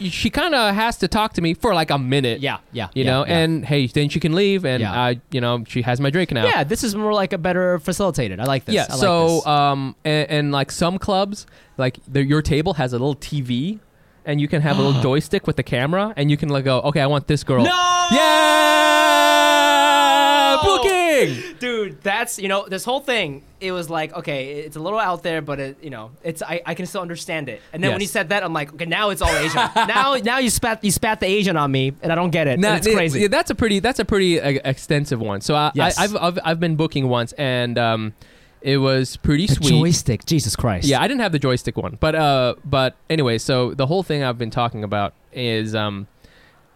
Speaker 2: she kind of has to talk to me for like a minute.
Speaker 1: Yeah. Yeah.
Speaker 2: You
Speaker 1: yeah,
Speaker 2: know,
Speaker 1: yeah.
Speaker 2: and hey, then she can leave, and
Speaker 1: Yeah.
Speaker 2: I, you know, she has my drink now.
Speaker 1: yeah, this is more like a better facilitated. I like this.
Speaker 2: Yeah.
Speaker 1: I like
Speaker 2: so,
Speaker 1: this.
Speaker 2: um, and, and like some clubs, like the, your table has a little TV, and you can have
Speaker 1: (gasps)
Speaker 2: a little joystick with the camera, and you can like go, okay, I want this girl.
Speaker 1: No!
Speaker 2: Yeah, booking.
Speaker 1: dude, that's you know this whole thing. It was like okay, it's a little out there, but it, you know, it's I, I can still understand it. And then when
Speaker 2: Yes.
Speaker 1: he said that, I'm like, okay, now it's all Asian. (laughs) now now you spat you spat the Asian on me, and I don't get it.
Speaker 2: Nah,
Speaker 1: and it's
Speaker 2: it-
Speaker 1: crazy.
Speaker 2: yeah, that's a pretty that's a pretty uh, extensive one. So I,
Speaker 1: Yes.
Speaker 2: I I've, I've I've been booking once and um, it was pretty
Speaker 1: the
Speaker 2: sweet.
Speaker 1: joystick, Jesus Christ.
Speaker 2: Yeah, I didn't have the joystick one, but uh, but anyway, so the whole thing I've been talking about is um,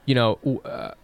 Speaker 2: you know, w- uh,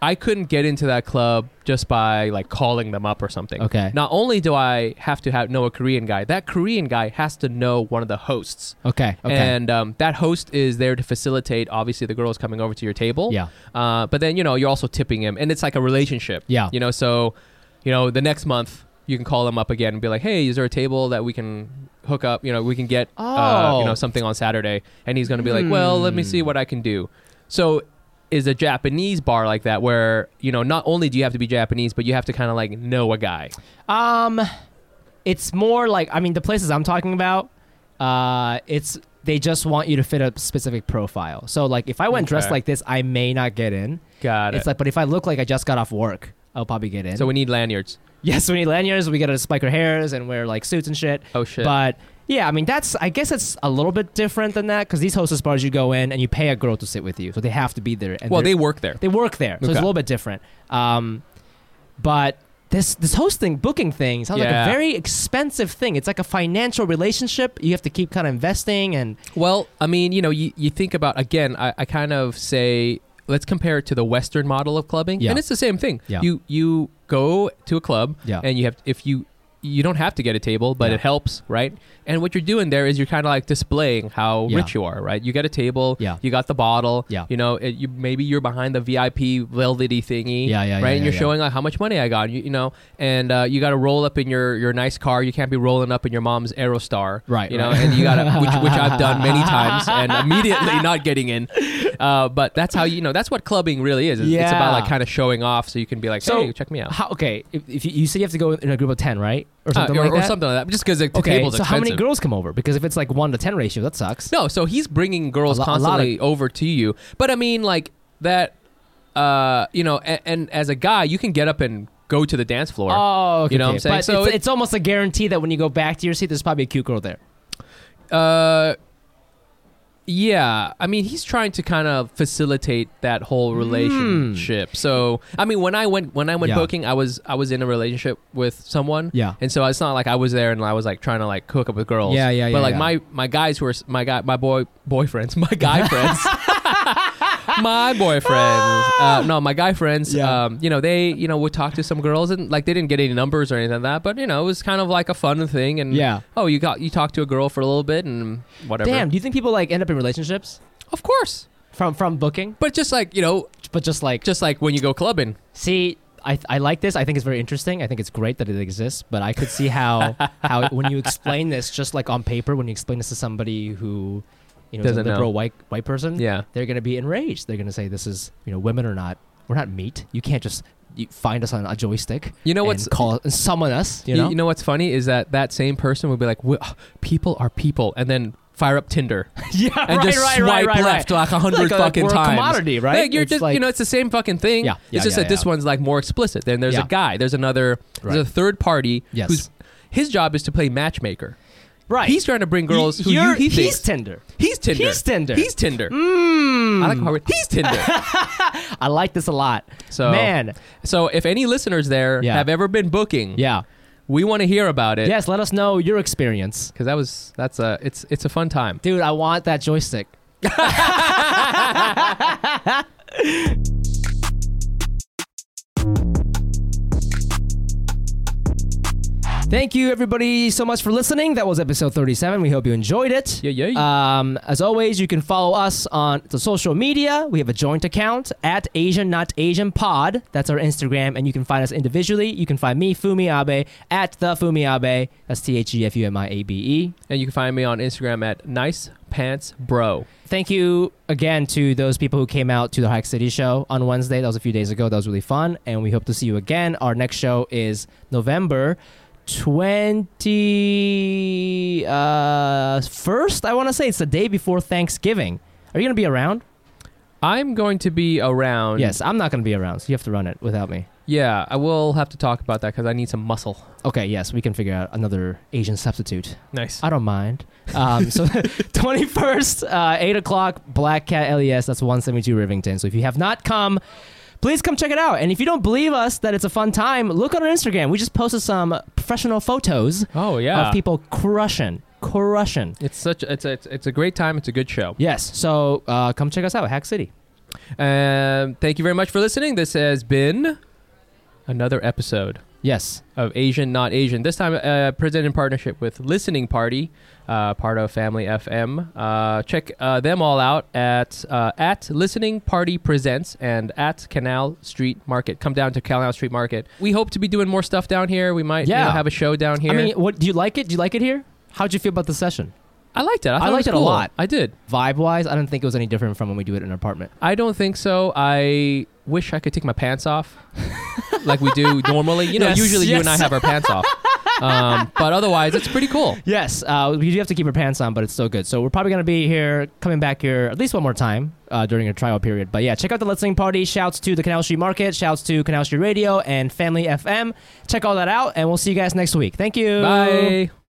Speaker 2: I couldn't get into that club just by like calling them up or something.
Speaker 1: Okay.
Speaker 2: Not only do I have to have know a Korean guy, that Korean guy has to know one of the hosts.
Speaker 1: Okay. Okay.
Speaker 2: And um, that host is there to facilitate, obviously, the girls coming over to your table.
Speaker 1: Yeah.
Speaker 2: Uh, but then, you know, you're also tipping him, and it's like a relationship.
Speaker 1: Yeah.
Speaker 2: You know, so, you know, the next month, you can call them up again and be like, hey, is there a table that we can hook up? You know, we can get, uh,
Speaker 1: Oh. Hmm.
Speaker 2: you know, something on Saturday. And he's going to be like, well, let me see what I can do. So, is a Japanese bar like that where, you know, not only do you have to be Japanese, but you have to kind of like know a guy.
Speaker 1: Um, it's more like I mean the places I'm talking about. Uh, it's they just want you to fit a specific profile. So like if I went dressed
Speaker 2: Okay.
Speaker 1: like this, I may not get in.
Speaker 2: Got
Speaker 1: It's
Speaker 2: it.
Speaker 1: like, but if I look like I just got off work, I'll probably get in.
Speaker 2: so, we need lanyards.
Speaker 1: (laughs) yes, we need lanyards. We gotta spike our hairs and wear like suits and shit.
Speaker 2: Oh, shit.
Speaker 1: But yeah, I mean that's I guess it's a little bit different than that because these hostess bars you go in and you pay a girl to sit with you, so they have to be there. And
Speaker 2: well,
Speaker 1: they're-
Speaker 2: they work there.
Speaker 1: they work there, so it's
Speaker 2: Okay.
Speaker 1: a little bit different. Um, but this this hosting booking thing sounds
Speaker 2: Yeah.
Speaker 1: like a very expensive thing. It's like a financial relationship. You have to keep kind of investing and
Speaker 2: Well, I mean, you know, you, you think about again. I, I kind of say let's compare it to the Western model of clubbing,
Speaker 1: Yeah.
Speaker 2: and it's the same thing.
Speaker 1: Yeah.
Speaker 2: You you go to a club,
Speaker 1: Yeah.
Speaker 2: and you have if you you don't have to get a table, but
Speaker 1: Yeah.
Speaker 2: it helps, right? And what you're doing there is you're kind of like displaying how
Speaker 1: Yeah.
Speaker 2: rich you are, right? You got a table,
Speaker 1: Yeah.
Speaker 2: you got the bottle,
Speaker 1: Yeah.
Speaker 2: you know, it, you maybe you're behind the VIP velvety thingy,
Speaker 1: Yeah, yeah,
Speaker 2: right?
Speaker 1: yeah,
Speaker 2: and
Speaker 1: yeah,
Speaker 2: you're
Speaker 1: yeah.
Speaker 2: showing like how much money I got, you, you know, and uh, you got to roll up in your your nice car. You can't be rolling up in your mom's Aerostar,
Speaker 1: Right,
Speaker 2: You know,
Speaker 1: right.
Speaker 2: and you got to which, which I've
Speaker 1: (laughs)
Speaker 2: done many times and immediately not getting in. Uh, but that's how you know that's what clubbing really is. It's, it's
Speaker 1: Yeah.
Speaker 2: about like kind of showing off, so you can be like,
Speaker 1: So
Speaker 2: hey, check me out.
Speaker 1: How, okay, if, if you, you said you have to go in a group of ten, right, or
Speaker 2: Uh,
Speaker 1: something
Speaker 2: or,
Speaker 1: like
Speaker 2: or
Speaker 1: that.
Speaker 2: something like that. Just because the
Speaker 1: okay,
Speaker 2: table's
Speaker 1: so
Speaker 2: expensive.
Speaker 1: how many girls come over? Because if it's like one to ten ratio, that sucks.
Speaker 2: No, so he's bringing girls
Speaker 1: A lo- a lot of-
Speaker 2: constantly over to you. But I mean, like that. Uh, you know, and, and as a guy, you can get up and go to the dance floor.
Speaker 1: Oh, okay,
Speaker 2: You know what I'm
Speaker 1: okay.
Speaker 2: saying?
Speaker 1: But
Speaker 2: So
Speaker 1: it's,
Speaker 2: it-
Speaker 1: it's almost a guarantee that when you go back to your seat, there's probably a cute girl there.
Speaker 2: Uh, yeah. I mean, he's trying to kind of facilitate that whole relationship. So, I mean, when I went when I went
Speaker 1: Hmm. Yeah.
Speaker 2: poking, I was I was in a relationship with someone.
Speaker 1: Yeah.
Speaker 2: And so it's not like I was there and I was like trying to like hook up with girls.
Speaker 1: Yeah, yeah,
Speaker 2: But
Speaker 1: yeah,
Speaker 2: like
Speaker 1: yeah.
Speaker 2: my my guys who are s- my guy my boy boyfriends (laughs) my guy
Speaker 1: (laughs)
Speaker 2: friends. My boyfriends, uh, no, my guy friends.
Speaker 1: Yeah.
Speaker 2: Um, you know, they, you know, would talk to some girls and like they didn't get any numbers or anything like that. But you know, it was kind of like a fun thing. And
Speaker 1: Yeah.
Speaker 2: oh, you got you talked to a girl for a little bit and whatever.
Speaker 1: Damn, do you think people like end up in relationships
Speaker 2: Of course.
Speaker 1: from from booking?
Speaker 2: But just like, you know,
Speaker 1: But just like,
Speaker 2: just like when you go clubbing.
Speaker 1: see, I, I like this. I think it's very interesting. I think it's great that it exists. But I could see how how it- when you explain this, just like on paper, when you explain this to somebody who you know is
Speaker 2: Doesn't
Speaker 1: a
Speaker 2: know.
Speaker 1: liberal white white person,
Speaker 2: Yeah.
Speaker 1: they're gonna be enraged. They're gonna say this is you know women are not we're not meat. You can't just you find us on a joystick.
Speaker 2: You know
Speaker 1: and
Speaker 2: what's-
Speaker 1: call and summon us. You
Speaker 2: You-
Speaker 1: know.
Speaker 2: you know what's funny is that that same person would be like, "Wh- people are people. And then fire up
Speaker 1: (laughs)
Speaker 2: Tinder
Speaker 1: (laughs) yeah,
Speaker 2: and just swipe left like a hundred
Speaker 1: Like a- like
Speaker 2: fucking
Speaker 1: we're a
Speaker 2: times.
Speaker 1: commodity, right?
Speaker 2: Like, you're
Speaker 1: It's
Speaker 2: just,
Speaker 1: like-
Speaker 2: you know, it's the same fucking thing.
Speaker 1: Yeah, yeah,
Speaker 2: it's just
Speaker 1: yeah,
Speaker 2: that this
Speaker 1: yeah.
Speaker 2: one's like more explicit. Then there's
Speaker 1: Yeah.
Speaker 2: a guy. There's another.
Speaker 1: Right.
Speaker 2: There's a third party.
Speaker 1: Yes.
Speaker 2: Who's his job is to play matchmaker.
Speaker 1: Right.
Speaker 2: He's trying to bring girls who you,
Speaker 1: You're-
Speaker 2: he
Speaker 1: he's
Speaker 2: thinks
Speaker 1: Tinder.
Speaker 2: he's Tinder.
Speaker 1: he's Tinder. Hmm.
Speaker 2: He's Tinder. I like how we're- he's Tinder.
Speaker 1: I like this a lot.
Speaker 2: So
Speaker 1: man,
Speaker 2: So if any listeners there
Speaker 1: Yeah.
Speaker 2: have ever been booking,
Speaker 1: yeah,
Speaker 2: we want to hear about it.
Speaker 1: yes. Let us know your experience,
Speaker 2: because that was that's a it's it's a fun time.
Speaker 1: dude. I want that joystick. (laughs) Thank you, everybody, so much for listening. That was episode 37. We hope you enjoyed it.
Speaker 2: Yeah, yeah.
Speaker 1: Um, as always, you can follow us on the social media. We have a joint account at Asian Not Asian Pod. That's our Instagram, and you can find us individually. You can find me, Fumi Abe, at the Fumi Abe. That's T H E F U M I A B E.
Speaker 2: and you can find me on Instagram at nice pants bro.
Speaker 1: Thank you again to those people who came out to the Hike City show on Wednesday. That was a few days ago. That was really fun, and we hope to see you again. Our next show is November twenty uh, first. I want to say it's the day before Thanksgiving. Are you gonna be around?
Speaker 2: I'm going to be around.
Speaker 1: Yes, I'm not going to be around, so you have to run it without me.
Speaker 2: Yeah, I will have to talk about that because I need some muscle.
Speaker 1: Okay, yes, we can figure out another Asian substitute.
Speaker 2: Nice.
Speaker 1: I don't mind. Um, so, (laughs) 21st, uh, 8 o'clock, Black Cat LES, that's 172 Rivington. So, if you have not come, please come check it out. And if you don't believe us that it's a fun time, look on our Instagram. We just posted some professional photos
Speaker 2: Oh yeah.
Speaker 1: of people crushing, crushing.
Speaker 2: It's such it's a, it's a great time. It's a good show.
Speaker 1: Yes, so uh, come check us out, Hack City.
Speaker 2: Um, thank you very much for listening. This has been another episode.
Speaker 1: Yes.
Speaker 2: of Asian Not Asian. This time uh, presented in partnership with Listening Party, uh, part of Family FM. Uh, check uh, them all out at uh, at Listening Party Presents and at Canal Street Market. Come down to Canal Street Market. We hope to be doing more stuff down here. We might you
Speaker 1: Yeah.
Speaker 2: know, have a show down here.
Speaker 1: I mean, what do you like it? Do you like it here? How'd you feel about the session?
Speaker 2: I liked it. I, thought
Speaker 1: liked
Speaker 2: was
Speaker 1: it a
Speaker 2: cool.
Speaker 1: lot.
Speaker 2: I did.
Speaker 1: Vibe wise, I don't think it was any different from when we do it in an apartment.
Speaker 2: I don't think so. I wish I could take my pants (laughs) off like we do normally. You know,
Speaker 1: Yes,
Speaker 2: usually you and I
Speaker 1: yes.
Speaker 2: have our pants (laughs) off. Um, but otherwise, it's pretty cool.
Speaker 1: Yes, uh, we do have to keep our pants on, but it's still good. So we're probably going to be here, coming back here at least one more time uh, during your trial period. But yeah, check out the Let's Sing Party. Shouts to the Canal Street Market. Shouts to Canal Street Radio and Family FM. Check all that out, and we'll see you guys next week. Thank you.
Speaker 2: Bye.